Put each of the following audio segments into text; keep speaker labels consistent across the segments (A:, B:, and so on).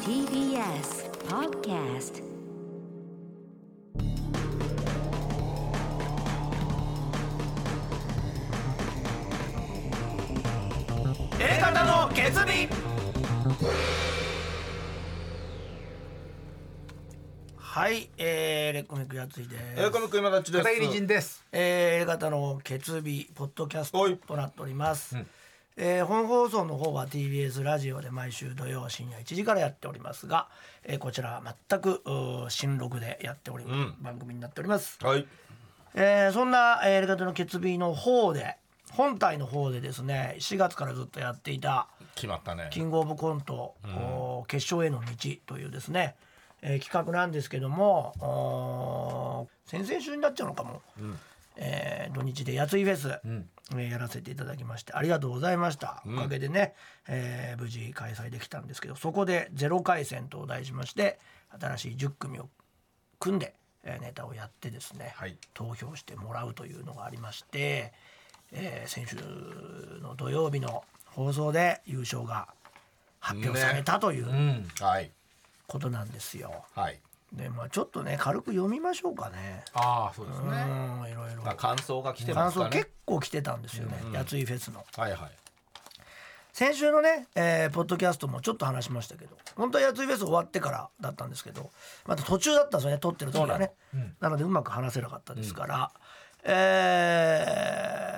A: TBS Podcast
B: 方の決意はい、えー、レッコミックやついです。
C: エレコミック今立ちです。
D: 片桐仁です。
B: えー、A 型の決日ポッドキャス
C: は
B: ト
C: い
B: となっております、えー本放送の方は TBS ラジオで毎週土曜深夜1時からやっておりますが、えーこちらは全くうー新録でやっており、番組になっております、
C: はい。
B: えーそんなえー A 型の決日の方で本体の方でですね4月からずっとやっていた
C: 決まったね。
B: キングオブコント、おー決勝への道というですね、えー企画なんですけどもおー先々週になっちゃうのかも、えー土日でやついフェス、えーやらせていただきましてありがとうございました、おかげでね、えー無事開催できたんですけどそこで「ゼロ回戦」と題しまして新しい10組を組んで、えーネタをやってですね、
C: はい
B: 投票してもらうというのがありまして、えー先週の土曜日の放送で優勝が発表されたという
C: うん。はい。
B: ことなんですよ。
C: はい。
B: でまあちょっとね軽く読みましょうかね。
C: ああ、そうですね。
B: うんいろいろ
C: まあ、感想が来てま
B: 感
C: すか
B: 想
C: ね。
B: 結構来てたんですよね、やついフェスの。
C: はいはい。
B: 先週のね、えーポッドキャストもちょっと話しましたけど本当はやついフェス終わってからだったんですけどまた途中だったんですよね撮ってる時はねな,、のでうまく話せなかったですから、えー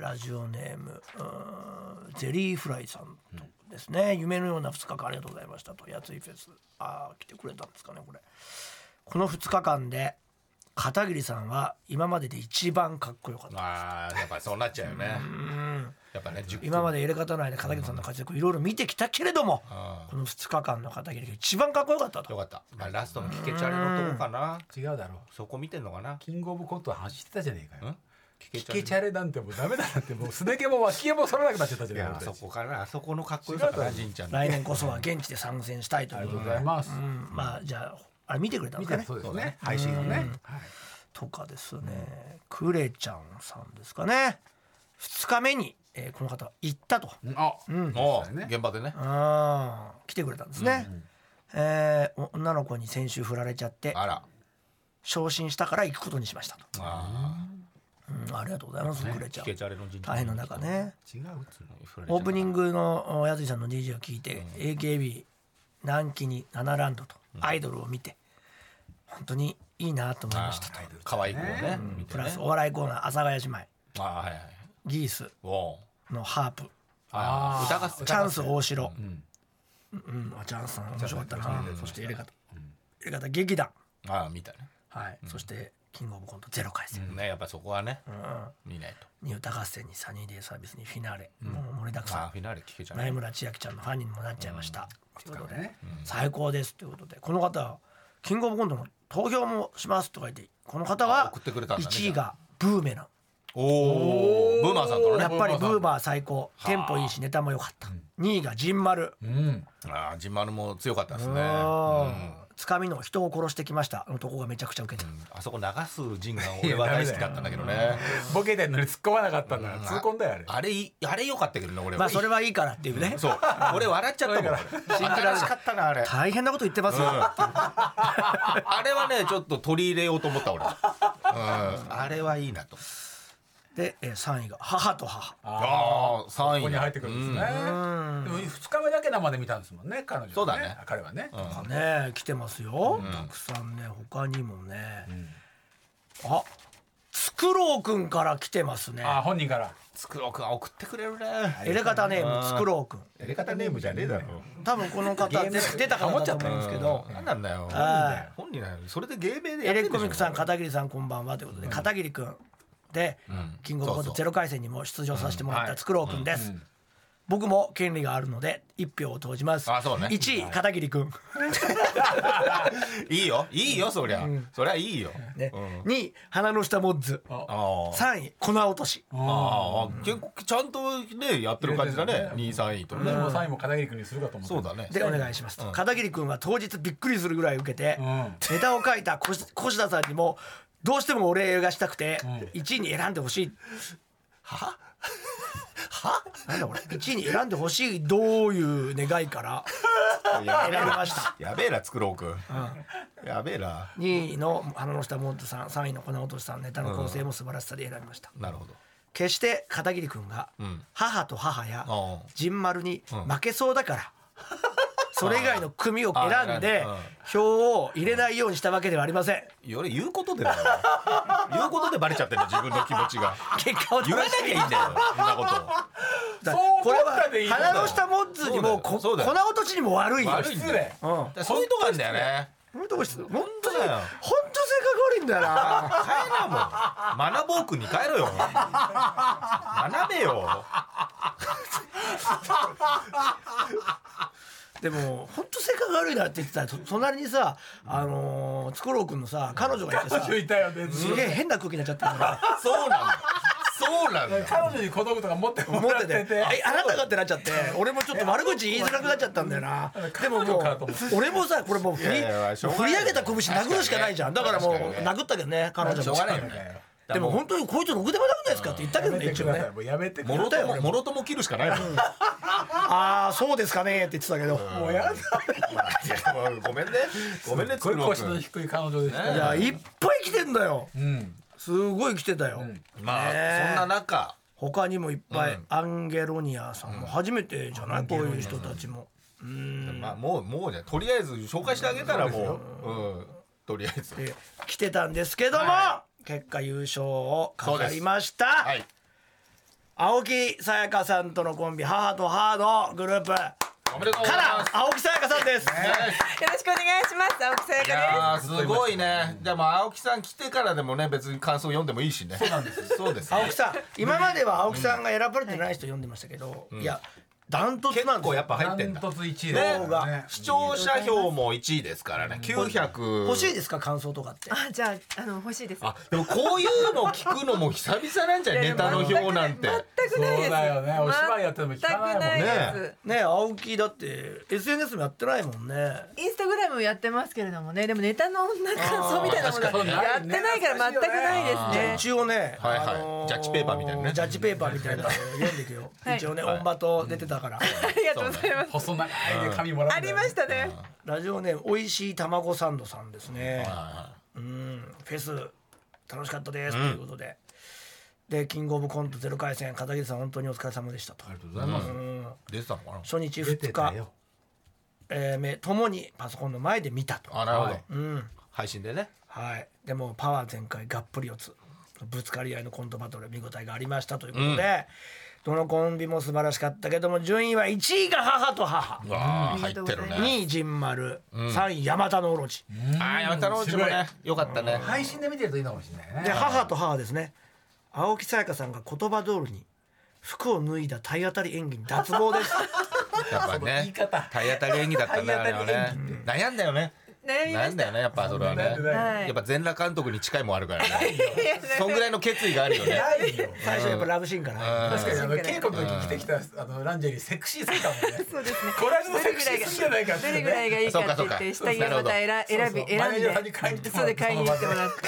B: ラジオネームうーんゼリーフライさんとですね、夢のような2日間ありがとうございましたとやついフェスあー来てくれたんですかねこれこの2日間で片桐さんは今までで一番かっこよかった
C: まあ、やっぱりそうなっちゃうよね。やっぱね、10
B: 今まで入れ方ないで片桐さんの活躍いろいろ見てきたけれども、
C: う
B: この2日間の片桐が一番かっこよかった
C: よ
B: と。
C: かった。まあ、ラストの聞けちゃれのとこかな。
D: 違うだろう。
C: そこ見てんのかな。
D: キングオブコントは走ってたじゃねえか
C: う
D: よ。
C: ん。聞け
D: 聞けちゃれなんてもうダメだなってもうすね毛も脇毛も剃らなくなっちゃったじゃ
C: い
D: ねえ
C: や、
D: か
C: あ
D: 俺
C: そ
D: たち
C: こから、あそこのかっこよさかな、
D: 違うだろ
C: じんちゃんの。
B: 来年こそは現地で参戦したいと
D: あ
B: い
D: り
B: う
D: がとうございます。
B: うんまあじゃああれ見てくれたんで
D: 見
B: すか
D: て
B: ね
D: そうですね。配信をね。はい
B: とかですねクレちゃんさんですかね2日目に、えーこの方は行ったと。
C: あ、も
D: そう
C: う、
D: だね
C: 現場でね。
B: あー来てくれたんですね、えー女の子に先週振られちゃって
C: あら。
B: 昇進したから行くことにしましたと、
C: あ
B: うんありがとうございます、クレ
C: あ。
B: ち
C: 聞
B: ゃん
C: けちゃれのじんちゃん。
B: 大変の中ね
D: 違うっつう
B: オープニ
C: グ。
B: ングのおやついさんの DJ を聞いて、AKB 南紀に7ラウンドとアイドルを見て本当にいいなと思いましたと、
C: 可愛い子をね。見てね
B: プラスお笑いコーナー阿佐ヶ谷姉妹
C: ああ、はいはい。
B: ギース
C: おう。
B: のハープ
C: ああ、
D: あー
C: 歌合戦
B: チ。ャンス大城、
C: ん
B: うんうんチャンスさん面白かったなそして入れ方
C: ん
B: 入れ方劇団
C: ああ、見たね。
B: はい、そしてキングオブコントゼロ回戦、
C: ね、やっぱそこはね、
B: うん
C: 見ないと。
B: に歌合戦にサニーデイサービスにフィナーレ、もう盛りだくさん
C: ああ、フィナーレ聞けちゃう
B: 前
C: ね。
B: 村千秋ちゃんのファンにもなっちゃいました、ということで、
D: ね
B: 最高ですということでこの方はキングオブコントの投票もしますと書いてこの方
C: あ
B: は
C: 送ってくれたんだね
B: 1位がブーメラ
C: おお、ブーマーさんとの
B: ン
C: ね。
B: やっぱりブー
C: ー
B: バー最高テンポいいしネタも良かった2位がジンマル
C: さん。うん。ああ、ジンマルも強かったですね。うんあ
B: つかみの人を殺してきましたのとこがめちゃくちゃウケた、
C: そこ流すジンが俺は大好きだったんだけどね。
D: ボケてんのに突っ込まなかったんだから。痛恨だよあれ。
C: あれい、あれ良かったけどね、俺は。
B: まあそれはいいからっていうね
C: そう。俺笑っちゃったもん。新しかったな、あれ。
B: 大変なこと言ってますよ、
C: あれはね、ちょっと取り入れようと思った、俺。うん。あれはいいなと。
B: でえー3位が母と母
C: ああ、3位。
D: ここに入ってくるんですね。でも二日目だけ生で見たんですもんね彼女はね。
C: そうだね
D: 彼はね。
B: ね来てますよ、たくさんね他にもね、あつくろうくんから来てますね
D: あ本人から。
C: つくろくん送ってくれるね。
B: エレガタネームつくろうくん
C: やり方ネームじゃねえだろ。
B: 多分この方出出たかもっちゃったんですけど
C: なんなんだよ。
B: は
C: 本人だよ。それで芸名でやって
B: エレ
C: んで
B: コ
C: しょ
B: ミックさん片桐さんこんばんはということで片桐くんでキングオブコン
C: そ
B: ト
C: うそう
B: ゼロ回戦にも出場させてもらっ
C: うんは
B: た
C: い
B: つくろうくんです僕も権利があるので一票を投じます
C: あそうね
B: 1位片桐くん
C: いいよ。いいよ、そりゃ。そりゃいいよ。
B: ね2位花の下モッズ
C: ああ。
B: 3位粉落とし
C: ああ、結構ちゃんとね、やってる感じだね。2位、3位と
D: で
C: ね。
D: もサインも片桐君にするかと思った。
C: そうだね。
B: でお願いしますと、片桐君は当日びっくりするぐらい受けて、
D: うん
B: ネタを書いたこし越田さんにもどうしてもお礼がしたくて、
D: ん
B: 1位に選んでほしいなんだこれ1位に選んでほしいどういう願 いから
C: やべえ
B: 選び
C: な
B: ました
C: やべえなつくろうくんやべえな
B: 2位の花の下モントさん3位の粉落としさんネタの構成も素晴らしさで選びました、
C: なるほど
B: 決して片桐君が
C: ん
B: 母と母や
C: ああ
B: 陣丸に負けそうだから、それ以外の組を選んで
C: ああ
B: 票を入れないようにしたわけではありません
C: より言うことでだよ言うことでバレちゃってる自分の気持ち が
B: 結果を出
C: 言わなきゃいいんだよそんなこと
B: だ
D: そう思
B: これ
D: ったでいいん
B: は
D: だよ
B: 鼻の下モッズにもこ
C: そ
B: 粉
C: うだよ
B: 落としにも悪いよ
C: 悪いん
D: 失
C: だよ
D: 礼
B: うん本
C: だからそういうとこあるんだよね
B: 当本当に本当
C: 当だよ
B: 性格悪いんだよな
C: 帰らもん学ぼうくんに帰ろよ学べよ
B: でも本当性格悪いなって言ってたらと隣にさあのー、つくろうくんのさ彼女がいてさ
D: 彼女いたよね
B: すげえ変な空気になっちゃってるから
C: そうなんだそうなんだ
D: 彼女に小道具とか持って
B: 思
D: も
B: っ
D: ら
B: て
D: ってて
B: て
D: て
B: えあなたがってなっちゃって俺もちょっと悪口言いづらくなっちゃったんだよなでもも
D: 彼女かと
B: う
D: 思っ
B: 俺もさこれもう振り
C: いやいやまあしょうが
B: 振
C: ない
B: り
C: よ
B: 上げた拳殴るしかないじゃんだからもう
C: 確かにね
B: 殴ったけどね彼女も
C: しょうがないよね
B: でも本当にこいつろくでもなくないですかって言ったけどね
D: やめて
B: 一
D: く
B: 応ね
D: ださいもうやめてく
C: も
D: だ
C: ろ
D: さい
C: とももろとも切るしかないもんい
B: ああそうですかねって言ってたけど
D: もうやだ
C: やもうごめんねごめんね
D: こ
C: 作
D: れ
C: ろう
D: 腰
C: く
D: の
C: ん
D: 低い彼女でした
B: い
D: よ
B: やいっぱい来てんだよ
D: うん
B: すごい来てたよ
C: まあ
B: ねえ
C: そんな中
B: 他にもいっぱい
C: うん
B: アンゲロニアさんも初めてじゃないこういう人たちもうん
C: まあもうもうじゃとりあえず紹介してあげたらもううんとりあえず
B: で来てたんですけども結果優勝を飾りました
C: はい
B: 青木さやかさんとのコンビ母と母のグループか
C: おめでとうござい
B: ら
C: ます
B: 青木さやかさんです、
A: よろしくお願いします。青木さや
C: い
A: か
C: やーすごいねでも青木さん来てからでもね別に感想読んでもいいしねそうなんですそうです
B: 青木さん今までは青木さんが選ばれてない人読んでましたけど、いやダントツな
C: 結
B: んで
C: 構
B: す
C: や
B: よ
C: っぱ入
D: ダ
C: ってん
D: ン
C: だ
D: トツ1位
C: ね
D: だ
B: 動画
D: ね
C: 視聴者票も1位ですからね900
B: 欲しいですか感想とかって
A: です。あ、じゃあ、あの、欲しいです。
C: あでもこういうの聞くのも久々なんじゃない
A: いや
C: ネタの票なんて
A: 全くないで
D: そ
A: す。
D: うだよねお芝居やってても聞かないもんね
A: 全くないです。
B: ね青木だって SNS もやってないもんね
A: インスタグラムやってますけれどもね、でもネタのなんか感想みたいなも
D: あー確か
A: の
D: に
A: やってないから全くないですね。
B: 一応ね、
C: はいはい
B: ー
C: ジャッジペーパーみたいなね
B: ジャッジペーパーみたいなの読んでいくよ、
A: はい
B: 一応ね、
C: はい
B: オンバト出てたから、
A: ありがとうございます。
D: 細長い髪もらうんだ
A: あ
D: よね
A: りましたね。
B: ラジオネームおいしい卵サンドさんですね、
C: あ
B: うん、フェス楽しかったです、ということででキングオブコントゼロ回戦片桐さん本当にお疲れ様でしたと
D: りがとうございます
B: うん
C: 出てたのかな
B: 初日
D: 出
B: 2
D: て
B: 日
D: たよ
B: えーめともにパソコンの前で見たと
C: あなるほど、
D: はい
B: うん
C: 配信でね
B: はいでもパワー全開がっぷり四つぶつかり合いのコントバトル見応えがありましたということで、どのコンビも素晴らしかったけども順位は1位が母と母
C: うわー
A: あ
C: 入
A: り
C: っ
A: がとうご
C: て
A: ざい
C: る
A: ます
C: ね
B: 2位陣丸、3位山田のオロチ、
C: あー山田のうちもねよかったね
D: 配信で見てるといいのかもしれない
B: で
D: ね
B: 母と母ですね青木さやかさんが言葉通りに服を脱いだ体当たり演技に脱 帽です
C: やっぱね
D: 言い方
C: 体当たり演技だったんだよね
D: 体当
C: あ
D: たり
C: れはね悩んだよね
A: 悩みま
C: 悩
A: し
C: んだよねやっぱそれはね
D: 悩んでない
A: はい
C: やっぱ全裸監督に近いもんあるからね
A: た。
C: そんぐらいの決意があるよね
D: ないよ
B: 最初やっぱラブシーンからね、
D: 確かにあの
A: うん
D: 稽古の時着てきたあのランジェリーセクシーすぎたもんね
A: そうですね。
D: これはちょっとセクシーすぎじゃないかって
A: ど
D: いう
A: れ
D: ね
A: ぐらいがいいかって
C: そう
A: 言
C: か
A: っ
C: そう
A: て
C: か
A: 下着をまた
D: そ
A: 選
D: うそう
A: 選び選
D: マネージャーさん
A: ん
D: に
A: で
D: 買いに行ってもらっ
A: そうで
D: て
A: 買いに行ってもらって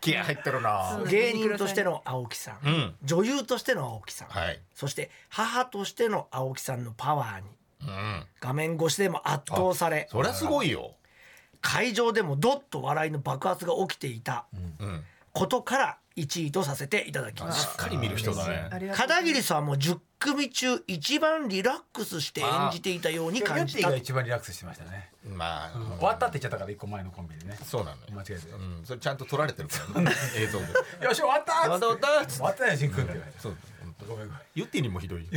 C: 気合入ってるな
A: そう
B: 芸人としての青木さん、
C: うん
B: 女優としての青木さん、
C: はい
B: そして母としての青木さんのパワーに
C: うん
B: 画面越しでも圧倒され
C: そりゃすごいよ
B: 会場でもドッと笑いの爆発が起きていた
C: うん
B: ことから1位とさせていただきま
C: し
B: す
C: っかり見る人だ
A: あ
C: ね
A: りがとうござ
B: 片
A: います
B: 桐さんはもう10組中一番リラックスして演じていたように
D: ヨ
B: 感
D: ッ
B: じ
D: ティ
B: た
D: が一番リラックスしてましたね
C: まあ
D: 終わったって言っちゃったから一個前のコンビでね
C: そうなのよ
D: 間違えて
C: うんそれちゃんと撮られてるからね映像で
D: よし終わったーっつって
C: 終わった終わったーっつって
D: 終わったよしんくんって言われて
C: そう本当
D: ごめんごめん
C: ユッティにもひどい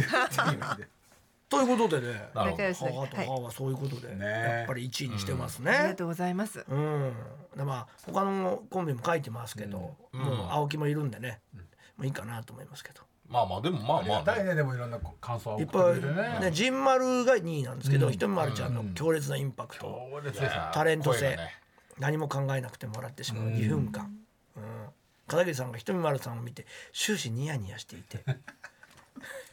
B: ということでね
C: なるほ
A: 仲
C: ど
A: 良しだけ
B: 母と
A: はい
B: 母はそういうことで
D: ね
B: やっぱり1位にしてます
A: ありが
B: ね
A: とうございます。
B: うんでまあ他のコンビも書いてますけどもう青木もいるんでねもういいかなと思いますけど
C: まあまあでもまあまあね
D: だいねでもいろんな感想を
B: い
D: 送
B: っ
D: ってく
B: ぱ
D: れて
B: い
D: ね
B: ね陣丸が2位なんですけどひとみまるちゃんの強烈なインパクト
D: そうですよ
B: タレント性、
C: 声がね
B: 何も考えなくてもらってしまう2分間、うん片桐さんがひとみまるさんを見て終始ニヤニヤしてい て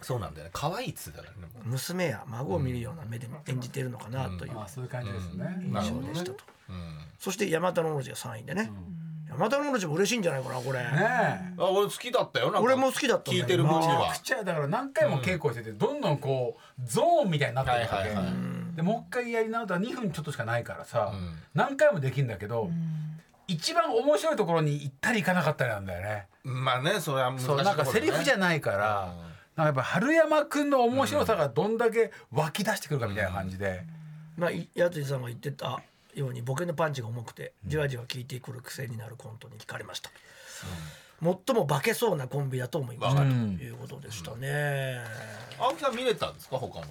C: そうなんだよね可愛いっつだからねも
B: 娘や孫を見るような目で演じてるのかなという
D: あそういう感じですね
C: うなる
B: 印
C: ほど
B: 象でしたと、
C: うん
B: そして山田の王子が3位でね、山田の主も嬉しいんじゃないかなこれ、
D: ねえ
C: あ俺好きだったよなんか
B: 俺も好きだったんだ
C: 聞
B: よ
C: いてる分に
D: めち
C: は
D: ゃくちゃだから何回も稽古しててどんどんこうゾーンみたいになってるわけ
C: はいはいはい
D: でもう一回やり直ったら2分ちょっとしかないからさ
C: うん
D: 何回もできるんだけど一番面白いところに行ったり行かなかったりなんだよね
C: まあねそれは難しいとこ
D: そう
C: ろ
D: なんかセリフじゃ
C: ね
D: ないから
C: うん
D: なんかやっぱ春山くんの面白さがどんだけ湧き出してくるかみたいな感じで
B: まあ、いやついさんが言ってたようにボケのパンチが重くてじわじわ効いてくる癖になるコントに聞かれました、最も化けそうなコンビだと思いました、
D: うん
B: ということでしたね、
C: 青木さん見れたんですか他の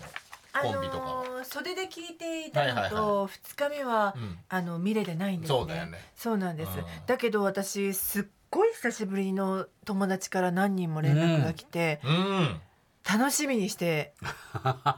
A: あ
C: コンビとかは、
A: のー袖で聞いていた
C: はい
A: の
C: はい
A: と2日目は
C: うん
A: あの見れてないんですね
C: そうだよね
A: そうなんです
C: うん
A: だけど私すっごい久しぶりの友達から何人も連絡が来て
C: うん
A: 楽しみにして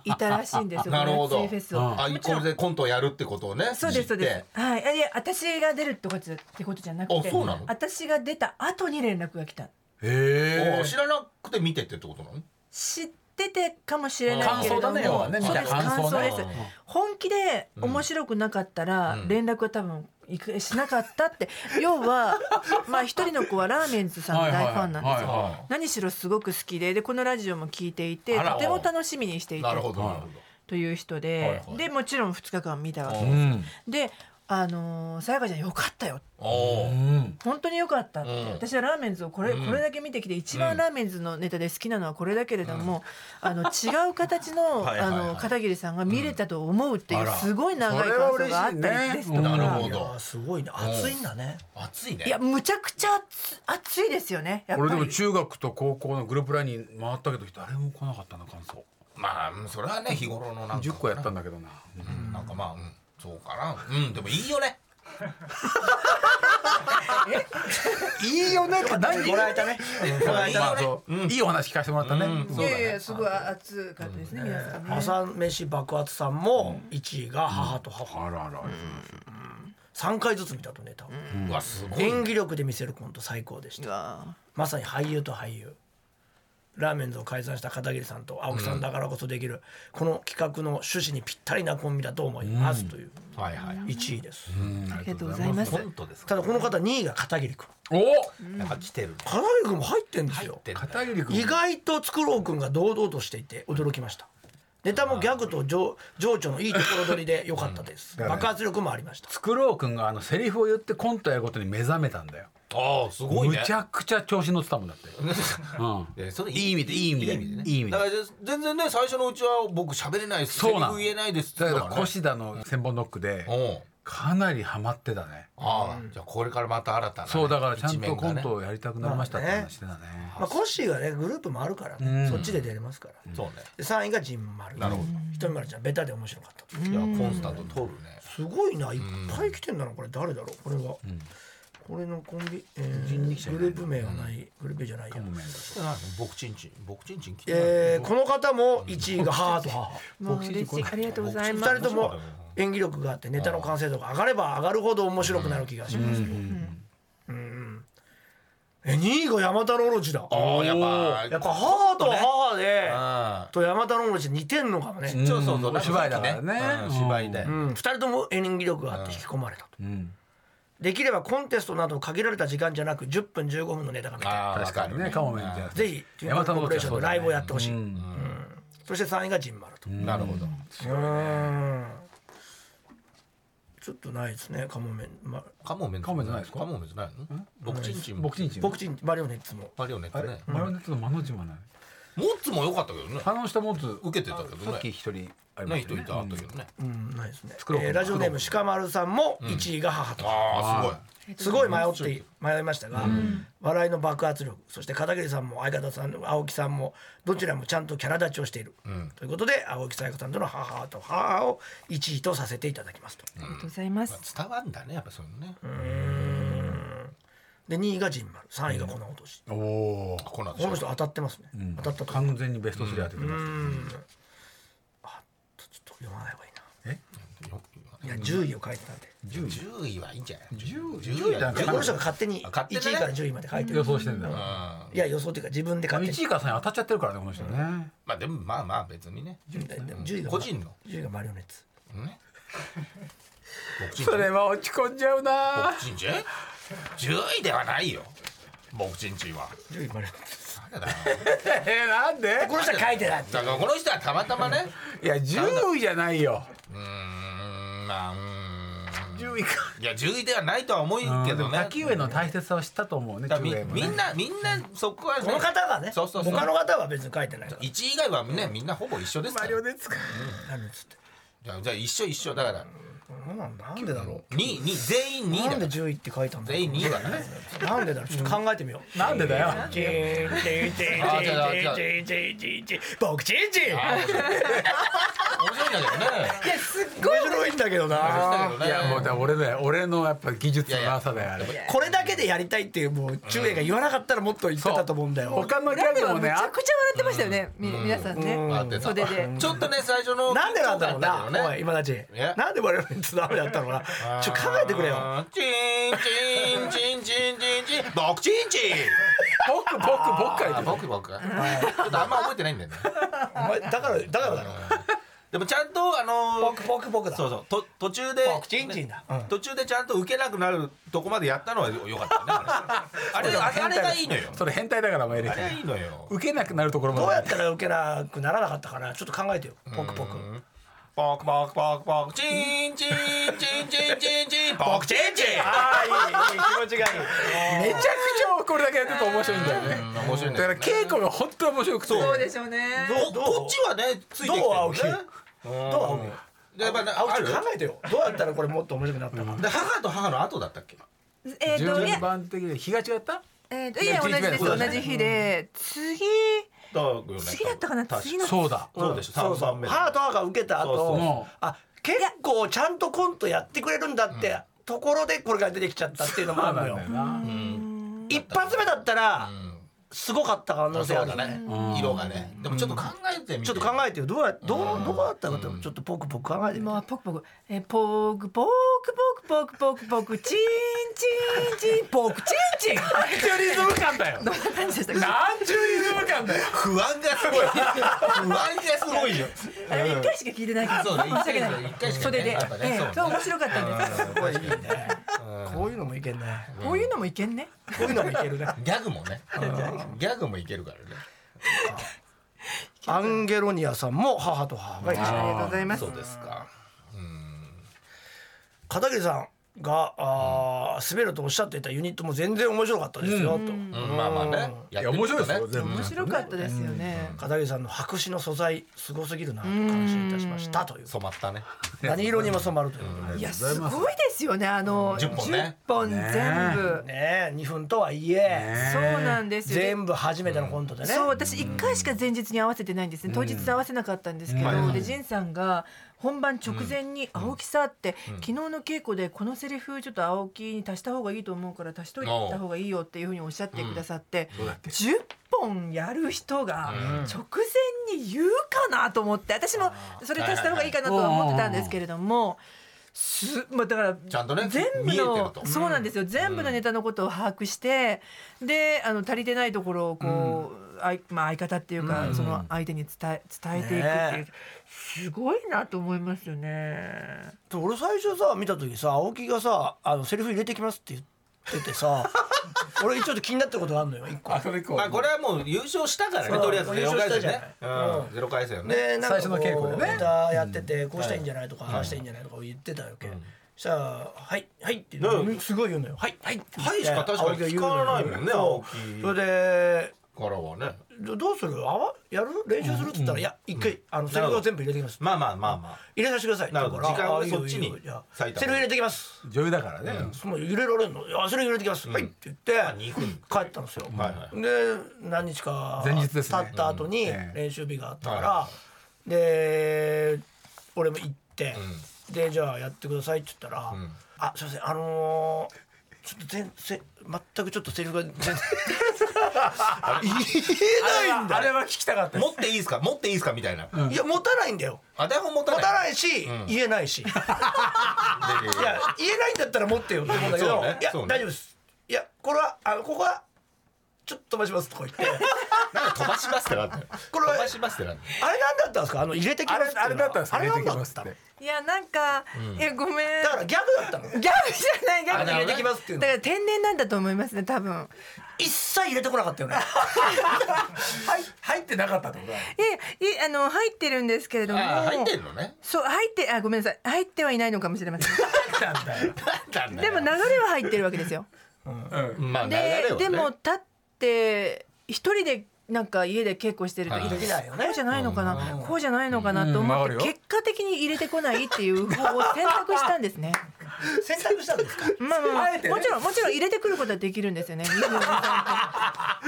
A: いたらしいんです よ
C: なるほど
A: この夏フェス
D: う
A: を
D: ん
C: あ
A: もち
C: こ
A: ろ
C: れ
A: ん
C: でコントをやるってことをね
A: そうですそう
C: 知
A: で
C: って
A: すはいいやいや私が出るってことじゃってことじゃなく
C: あ
A: て
C: そうなの
A: 私が出た後に連絡が来た
D: へ
C: お知らなくて見てってってことなの
A: 知っててかもしれないけれども
D: 感想だね要はね見
A: そう
D: た
A: です
D: 感想ね
A: 感想で
C: う
A: す
C: ん
A: 本気で面白くなかったら
C: うん
A: 連絡は多分いくしなかった って、要はまあ一人の子はラーメンズさんの大ファンなんですよ、
D: はいはい
A: 何しろすごく好きででこのラジオも聞いていて
C: あら
A: とても楽しみにしていて
C: なるほどなるほ
A: という人
C: はい
A: で、
C: はい
A: でもちろん2日間見たわ
C: ど、
A: け
D: うん
A: であのーさやかちゃんよかったよ
C: おお
D: う
C: ー
D: ん
A: 本当によかったって、
C: うん
A: 私はラーメンズをこれ,、
C: うん
A: これだけ見てきて一
C: うん
A: 番ラーメンズのネタで好きなのはこれだけれども、あの違う形の
C: はいはいはい
A: あの片桐さんが見れたと思うっていう、
D: うんあら
A: すごい長
D: そ
A: い感
D: れは
A: 想があったり
D: 嬉
A: で
D: し
A: す
D: い
A: と
D: ね
A: か、
C: なるほど
B: いやーすごいね熱いんだね、
C: 熱いね
A: いやむちゃくちゃ熱熱いですよねやっぱ
D: 俺
A: り
D: でも中学と高校のグループラインに回ったけど誰も来なかったな感想
C: まあうんそれはね日頃のなんか
D: 10個やったんだけどな
C: うんなんかまあ、うん、そうかなうんでもいいよね
D: いいよね何
B: もらえたね
D: まあそういいお話聞かせてもらったね
C: うん
D: うん
A: いやいやすごい熱かったですね、皆さんね
B: 朝飯爆発さんも1位が母と母、
D: あらあら
B: 三3回ずつ見たとネタを、
C: うわすごい
B: 演技力で見せるコント最高でした
A: うわ
B: まさに俳優と俳優ラーメンズを解散した片桐さんと青木さんだからこそできる、この企画の趣旨にぴったりなコンビだと思いますという
C: はいはい
B: 1位です、
A: ありがとうございます
C: コントですか
B: ただこの方2位が片桐君
D: お
C: なんか来てる
B: 片桐君も入ってんですよ
C: て
D: 片桐君
B: 意外とつくろう君が堂々としていて驚きましたネタもギャグと情情緒のいいところ取りで良かったです、
D: うん
B: 爆発力もありました
D: つくろう君があのセリフを言ってコントやることに目覚めたんだよ
C: ああすごい
D: む
C: ね
D: ちゃくちゃ調子乗ってたもんだってうん
C: いやそれ
D: いい意味でいい意味でいい意味で
C: だから全然ね最初のうちは僕喋れないです
D: そうなの
C: セリフ言えないですって
D: だ
C: 言
D: け
C: って
D: ど
C: たからね
D: 越田の千本ノックで
C: おう
D: かなりハマってたね
C: ああじゃあこれからまた新たなね
D: そうだからちゃ
C: 一
D: んと
C: 面
D: コ
C: が
D: ン
C: ね
D: トをやりたくなりましたって話してたね
B: まあ、コッシーがねグループもあるから、ね
D: うん
B: そっちで出れますから、
C: そう
B: で3位がジンマル
C: なるほど
B: ひとみまるちゃんベタで面白かったと
C: ねいやコンスタント通るね
B: すごいないっぱい来てんだなこれ誰だろうこれは、これのコンビ、えーグループ名はないグループ名じゃないや、
C: 僕ちんちん僕ちんちん来てない
B: えーこの方も1位が母と母
A: もう嬉しいありがとうございます
B: 2人とも演技力があってネタの完成度が上がれば上がるほど面白くなる気がしますよ、うんえ2位が山田のオロチだ
C: ああやっぱ
B: やっぱ母と母で
C: あ
B: と山田のオロチ似てんのかもね、
C: あそうそうそう
D: お芝居だからね
C: うん芝居で
B: うん、2人とも演技力があって引き込まれたと、
D: うん
B: できればコンテストなど限られた時間じゃなく10分15分のネタが見たい
C: ああ
D: 確かにね
C: わ
D: カ
C: る
D: モメンってやつ
B: ぜひティーン
D: 山田
B: コー
D: の
B: ポレーションのライブをやってほしい、
D: うん
B: そして3位がジンマルと、
C: なるほど
B: うんちょっとないですねカモメン、ま、
C: カモメン
D: カモメンじゃないですか
C: カモメンじゃないの僕ちんちん
D: 僕ちんちん
B: 僕ちんマリオネッツも
C: マリオネッ
D: あ
C: ト
D: れ
C: ね
D: マヨネットの間の字もない
C: モッツも良かったけどね
D: あの人もっと
C: 受けてたけど
D: さっき
C: ね
D: 一人ありま
C: ね
D: し
C: 人
D: たよ
C: い
D: ね
C: たあったけどね
B: うんないですね
D: 作ろう
B: えーラジオネーム鹿丸さんも1位が母と、
C: ああすごい
B: すごい迷って迷いましたが、笑いの爆発力そして片桐さんも相方さん青木さんもどちらもちゃんとキャラ立ちをしている、ということで青木さやかさんとの母と母を1位とさせていただきますと、
A: ありがとうございます、
C: 伝わんだねやっぱそういうのね
B: で2位がジンマル3位がこの落とし、
D: おおー
C: この後
B: この人当たってますね、当たったとちょっ
D: 完全にベスト3当ててま
B: と読まない方がいいな
C: よ
B: いや10位を書いてたんで、
C: 10位はいいんじゃない
D: 10
C: 10
D: だ
C: は
D: け
B: この人が勝手に
C: あ勝手
B: 1
C: にね
B: 位から10位まで書いて
D: す
B: る、
D: 予想してんだよ
B: いや予想というか自分で勝手に
D: 1位から3位当たっちゃってるからねこの人ね
C: まあでもまあまあ別にね
B: 10位が
C: 個人の
B: 10位がマリオネッツ
C: ね僕ちんちん
D: それは落ち込んじゃうな
C: 僕ちんちん10位ではないよ僕ちんちんは誰だよ
D: えなんで
B: この人は書いてない
C: だからこの人はたまたまね
D: いや10位じゃないよ
C: うーんまあうーん
D: 10位か
C: いや10位ではないとは思うけどね
D: 滝上の大切さを知ったと思うね
C: だからみ
D: 10位もね
C: みんなみんなそこはね
B: この方がね
C: そうそうそう
B: 他の方は別に書いてないから
C: 1位以外はねみんなほぼ一緒ですか
D: マ
C: ら
D: リオネツか
B: なんつって
C: じゃあじゃあ一緒一緒だから
B: うんなんでだろ
C: 2位2位全員2
B: う
C: 位だ
B: なん
C: か
B: で
C: ら
B: 10位って書いたんだろ
C: 全員2位だからね
B: うなんでだろうちょっと考えてみよう
D: なんでだよ
B: チーンチーンチーンチーンチーンチーンチーンチーンチーンチーンチーン僕チーンチーン
C: あー面白い面白いんだけどね
B: 面白いんだけど
C: だ
B: な
C: けどね
D: いやもうだから俺だよ俺のやっぱ技術のなさだよあれ
B: これだけでやりたいっていうもう中英が言わなかったらもっと言ってたと思うんだよ
D: 他のギ
A: ラ
D: ャ
A: ジオ
D: グ
A: は
D: も
A: めち
D: ね
A: ゃ
D: あ
A: くちゃ笑ってましたよね、み皆さんね、
C: あってさ
A: 袖で
C: ちょっとね最初の
B: なんでなんだろうな、
C: 緊張感あったけ
B: おい
C: どね
B: 今たち
C: え
B: なんで我々につダメだったのかなちょっと考えてくれよ
C: あーチンチンチンチンチンチン僕チンチン
D: 僕僕僕か
C: あ
D: ら言って
C: 僕僕ちょっとあんま覚えてないんだよね
B: お前だからだからだろ
C: でもちゃんとあの
B: ポ
C: ー
B: クポクポクだ
C: そうそうと途中で
B: 僕チンチンだうん
C: 途中でちゃんと受けなくなるとこまでやったのは良かった よねあれあれあれがいいのよ
D: それ変態だからお前
C: あ
D: で
C: れがいいのよ
D: 受けなくなるところま
B: ど
D: で
B: うやったら受けなくならなかったかなちょっと考えてよポクポ
C: ポクポ
B: ク
C: クポクポクチンチンチンチンチンチンポクチンチン
B: ああいいいい気持ちがいい
D: めちゃくちゃこれだけやってると面白いんだよね
C: うん面白いん
D: だ
C: だ
D: か
C: よ
D: ら
C: ね
D: 稽古が本当に面白くて
A: そうでしょうね
C: ここっちはねついてきてる
B: どう青
C: よ
B: 木
C: ね
B: どう青
C: うんでやっぱね
B: 青
C: あ
B: 木
C: る
B: ちょっと考えてよどうやったらこれもっと面白くなったか
C: で母と母の後だったっけ
A: えっ、とい
D: 順
A: や
D: 番的に日が違った
A: えーといや同じです同じ日で次
C: だよね
A: 次だったかな
C: 確
A: 次の
D: そうだ
C: そうでしょ
B: そうそ
C: 3番
B: う
C: 目
B: ハートアが受けた後
C: そう
D: そう
B: あ結構ちゃんとコントやってくれるんだって、ところでこれが出てきちゃったっていうのもあるのよ
D: な
B: 一発目だったら、すごかった可能性
C: そ
B: あ
C: う
B: る
C: だ
B: ね
C: ね色がねでもちょっと考えてみて
B: ちょっと考えてよどうやどうどうだったかってちょっとポクポク考えてみて
A: もうポクポクえーポークポークポークポークポークポークチンチンチンポークチンチン
D: な んちゅうリズム感だよ
A: どんな感じでしたか
D: なんちゅうリズム感だよ
C: 不安がすごい不安がすごいよ
A: あれ一回しか聞いてないから
C: そうね
A: 申し訳ない
C: 一回しか
A: 袖で
C: 一回しかね
A: え
C: そう
A: ー
C: ね
A: そう面白かったんです
B: これいいねこういうのもいけんね
A: こういうのもいけんね
B: こういうのもい けるね
C: ギャグもねギャグもいけるからね
B: アンゲロニアさんも母と母が一緒
A: ありがとうございます
C: そうですか
B: 片桐さんがあー滑るとおっしゃっていたユニットも全然面白かったですよ、と
C: うんまあまあねや
D: い
C: っ
D: や
C: てみ
D: 面
C: る
D: 白
C: とね
D: いですよ全部
A: 面白かったですよね
B: 片桐さんの白紙の素材すごすぎるなと感心いたしましたという
C: 染まったね
B: 何色にも染まるということで
A: いやすごいですよねあの
C: 10本ね
A: 10本全部
B: ねえ2分とはいえ
A: そうなんですよね
B: 全部初めてのコントでね
A: そう私1回しか前日に合わせてないんですね当日合わせなかったんですけどで仁さんが本番直前に「青木さ」って昨日の稽古でこのセリフちょっと青木に足した方がいいと思うから足しといた方がいいよっていうふうにおっしゃってくださって10本やる人が直前に言うかなと思って私もそれ足した方がいいかなとは思ってたんですけれども。すまあ、だから
C: ちゃんとね
A: 全部
C: 見えてる
A: の
C: と
A: そうなんですよ全部のネタのことを把握して、であの足りてないところをこう、あいまあ、相方っていうか、その相手に伝え伝えていくっていう、
B: ね
A: すごいなと思いますよね。
B: で俺最初さ見た時さ青木がさあのセリフ入れてきますって言って てさ俺ちょっと気になってることがあるのよ一個
D: あそれこう
C: まあこれはもう優勝したから
B: そ
C: ね
B: う
C: とりあえず
B: 優
C: ゼロ
B: 勝
C: 回
B: した
C: 戦
B: じゃ
C: ね
B: ないうん
C: うんゼロ回戦よね
B: でなんか
D: 最初の稽古でね
B: ネタやっててこうしたらいいんじゃないとか、ああしたらいいんじゃないとか言ってたわけ、したら「はいはい」って言うの
C: うん
B: すごい言うのよ「はいはい」
C: はいしか確かに聞かないもんね青
B: 青
C: 木
B: 木が言うのよそうそれで
C: からはね
B: どどうするあわやる練習するっつったら「いや一回あのセリフを全部入れてきます」
C: まあまあまあまあ
B: 入れさせてくださいって言うから
C: なるほど時間をね
B: あいいよ
C: そっちに
B: いいよじゃあセ
C: 割い
B: リ
C: た
B: フ入れてきます
D: 女優だからね
B: その入れられるのいやそれ入れてきます、はいって言って
C: あ二分
B: 帰ったんですよ、
C: はいは
B: で何日か
D: 前日ですね
B: 経った後に
D: うんええ
B: 練習日があったから、
C: は
B: で俺も行って、でじゃあやってくださいって言ったら「あすいませんあのーちょっと全せ全くちょっとセリフが全 然言えないんだ
D: あれは聞きたかった
C: 持っていいですか持っていいですかみたいない
B: や持たないんだよ
C: あ台本持た
B: 持
C: ない
B: たないし、言えないしいや言えないんだったら持ってよって思うんだけど、
C: そうね
B: いや、
C: そうね
B: 大丈夫ですいやこれはあのここはちょっと飛ばしますとか言って
C: なんか飛ばしますってなんだよ。
B: これ
C: 飛ばしますってなんだよ。
B: あれなんだったんですかあの入れてきますっていうのは
D: あれあれだったんですか
B: あれなんだ
D: 入れてき
B: っ
D: ます
B: た
D: っ
B: の
D: て
A: いやなんか、いやごめん
B: だからギャグだったの
A: ギャグじゃないギャ
C: あ
A: グじゃ
C: れ
A: ない
C: 入れてき
B: ますっていうの
A: だから天然なんだと思いますね多分
B: 一切入れてこなかったよね
D: はい入ってなかったってことだよ
A: いやいやあの入ってるんですけれども
C: あー入ってんのね。
A: そう入ってあごめんなさい入ってはいないのかもしれませ ん
D: 入ったん
C: なん
D: だよ
C: だ
A: で
C: よ
A: も流れは入ってるわけですよ
D: うん
C: まあ流れ
A: で
C: をね。
A: でも立って一人でなんか家で稽古してると
C: はい
A: で
B: きないよね
A: こうじゃないのかな、こうじゃないのかなと
D: うん
A: 思
D: わ
A: っ
D: か
A: て、
D: るよ
A: 結果的に入れてこないっていう方を選択したんで すね
B: 選択したんですか
A: まあまあ、
D: あえてね
A: もちろんもちろん入れてくることはできるんです よね22 23えあ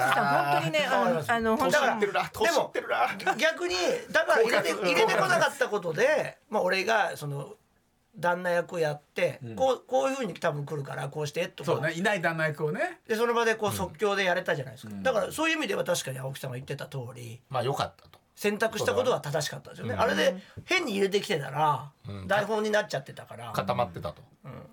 A: つさん本当にねあのあの本
C: だ
A: 当
C: か
A: に
C: らってるな。年いってるな。
B: 逆にだから入れて入れてこなかったことで、まあ、俺がその旦那役をやって、こうこういうふうに多分来るからこうしてとか
D: そうねいない旦那役を ね
B: でその場でこう即興でやれたじゃないですか、だからそういう意味では確かに青木さんが言ってた通り
C: まあ良かったと。
B: 選択したことは正しかったですよね、あれで変に入れてきてたら台本になっちゃってたから、
C: 固まってたと。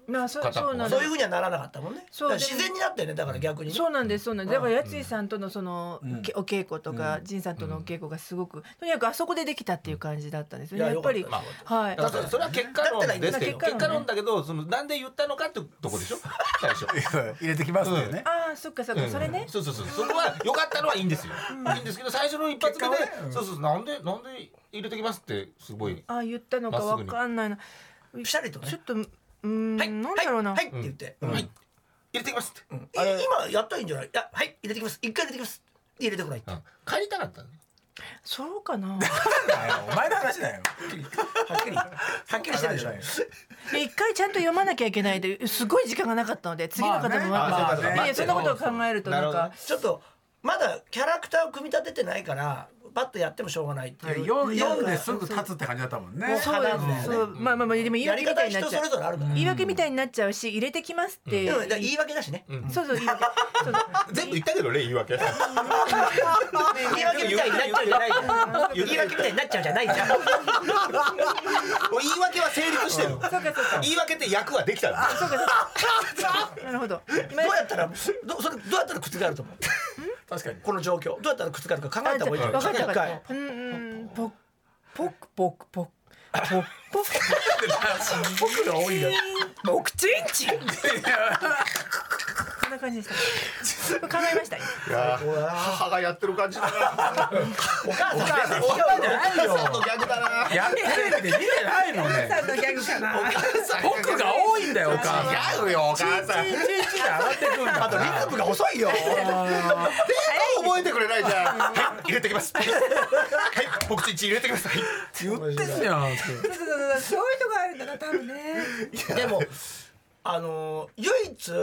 A: まあそう
C: 片方
A: そうなんで
B: そう
A: す
B: いうふうにはならなかったもんね
A: そう
B: だから自然になったよねだから逆にね、
A: そうなんですそうなんですだからやついさんとのその、
D: ん
A: けお稽古とか、仁さんとのお稽古がすごくとにかくあそこでできたっていう感じだったんですよね
B: いや
A: やっぱり、
B: よかっ
A: はい
C: だからそれは結果論ですけど、
A: だったらいい
C: 結果論だけど、そのなんで言ったのかってとこで しょ。最初。
D: 入れてきますんだよね
A: ああそっかそっか、それね
C: そうそうそう。そこは良かったのはいいんですよ。いいんですけど、最初の一発目で
D: 結果はねう、ん
C: そうそうそうなんでなんで入れてきますってすごい。
A: ああ言ったのか
C: まっすぐ
A: わ
C: に
A: かんないな
B: ピシャリとね
A: ちょっとうーん、
B: はい
A: なんだろうな、
B: はい、はいって言って、
C: は。
B: はいい
C: 入れてきますって。
B: い今やったらいいんじゃないいやはい入れてきます一回入れてきます入れてこないって
C: う
B: は
C: ん帰りたかったのね。
A: そうかな
D: だよお前の話だよ
B: っきりはっきりしてるでしょ
A: で一回ちゃんと読まなきゃいけないですごい時間がなかったので次の方も
D: ま
A: 待
D: あねまあ
A: ってた
D: ね
A: いやそんなことを考えるとなん
C: なる
A: か
C: ほ
B: ちょっとまだキャラクターを組み立ててないからパッとやってもしょうがないっていう
D: 読んですぐ立つって感じだったもんね
A: そう
B: 花なんだよね
A: そうまあまあまあでも言い
B: やり方
A: 訳みた
B: はい
A: にな
B: 人
A: っちゃ
B: そうれぞれあるから、
A: 言い訳みたいになっちゃうし入れてきますって、
B: でもだから言い訳だしね、
A: そうそう言い訳そう
C: 全部言ったけどね言い訳。
B: 言い訳みたいになっちゃうじゃないじゃん言い訳みたいになっちゃうじゃないじ ゃん
C: 言い訳は成立してる。
A: そうかそうか
C: 言い訳って役はできたんだよ。
A: そうかそうかなるほど今
B: どうやったらどそれどうやったら覆ると思う
D: 確かに
B: この状況どうやったら覆るか考えた方がいい
A: 分かった分
B: 一
A: か
B: 回
A: ったうんうんポッポッポッポッポッポッ
D: 僕が多いんだよ
A: ボクチンチンこんな感じでした考えました
C: いやー母がやってる感じだな。
B: お 母さん
C: お母さんお母さんの逆だな。
D: やってるって見てないの ね
A: んのギャグかな
D: 僕が多いんだよお母さん
C: 違うよお母さん。全
D: 上がってくんだ
B: あとリズムが遅いよ
C: 然覚えてくれないじゃん。はい入れてきます。はい僕ちんちん入れてきます。はい
D: 言って んじゃん
A: そうそうそうそういうとこあるんだな多分ね
B: でもあの唯一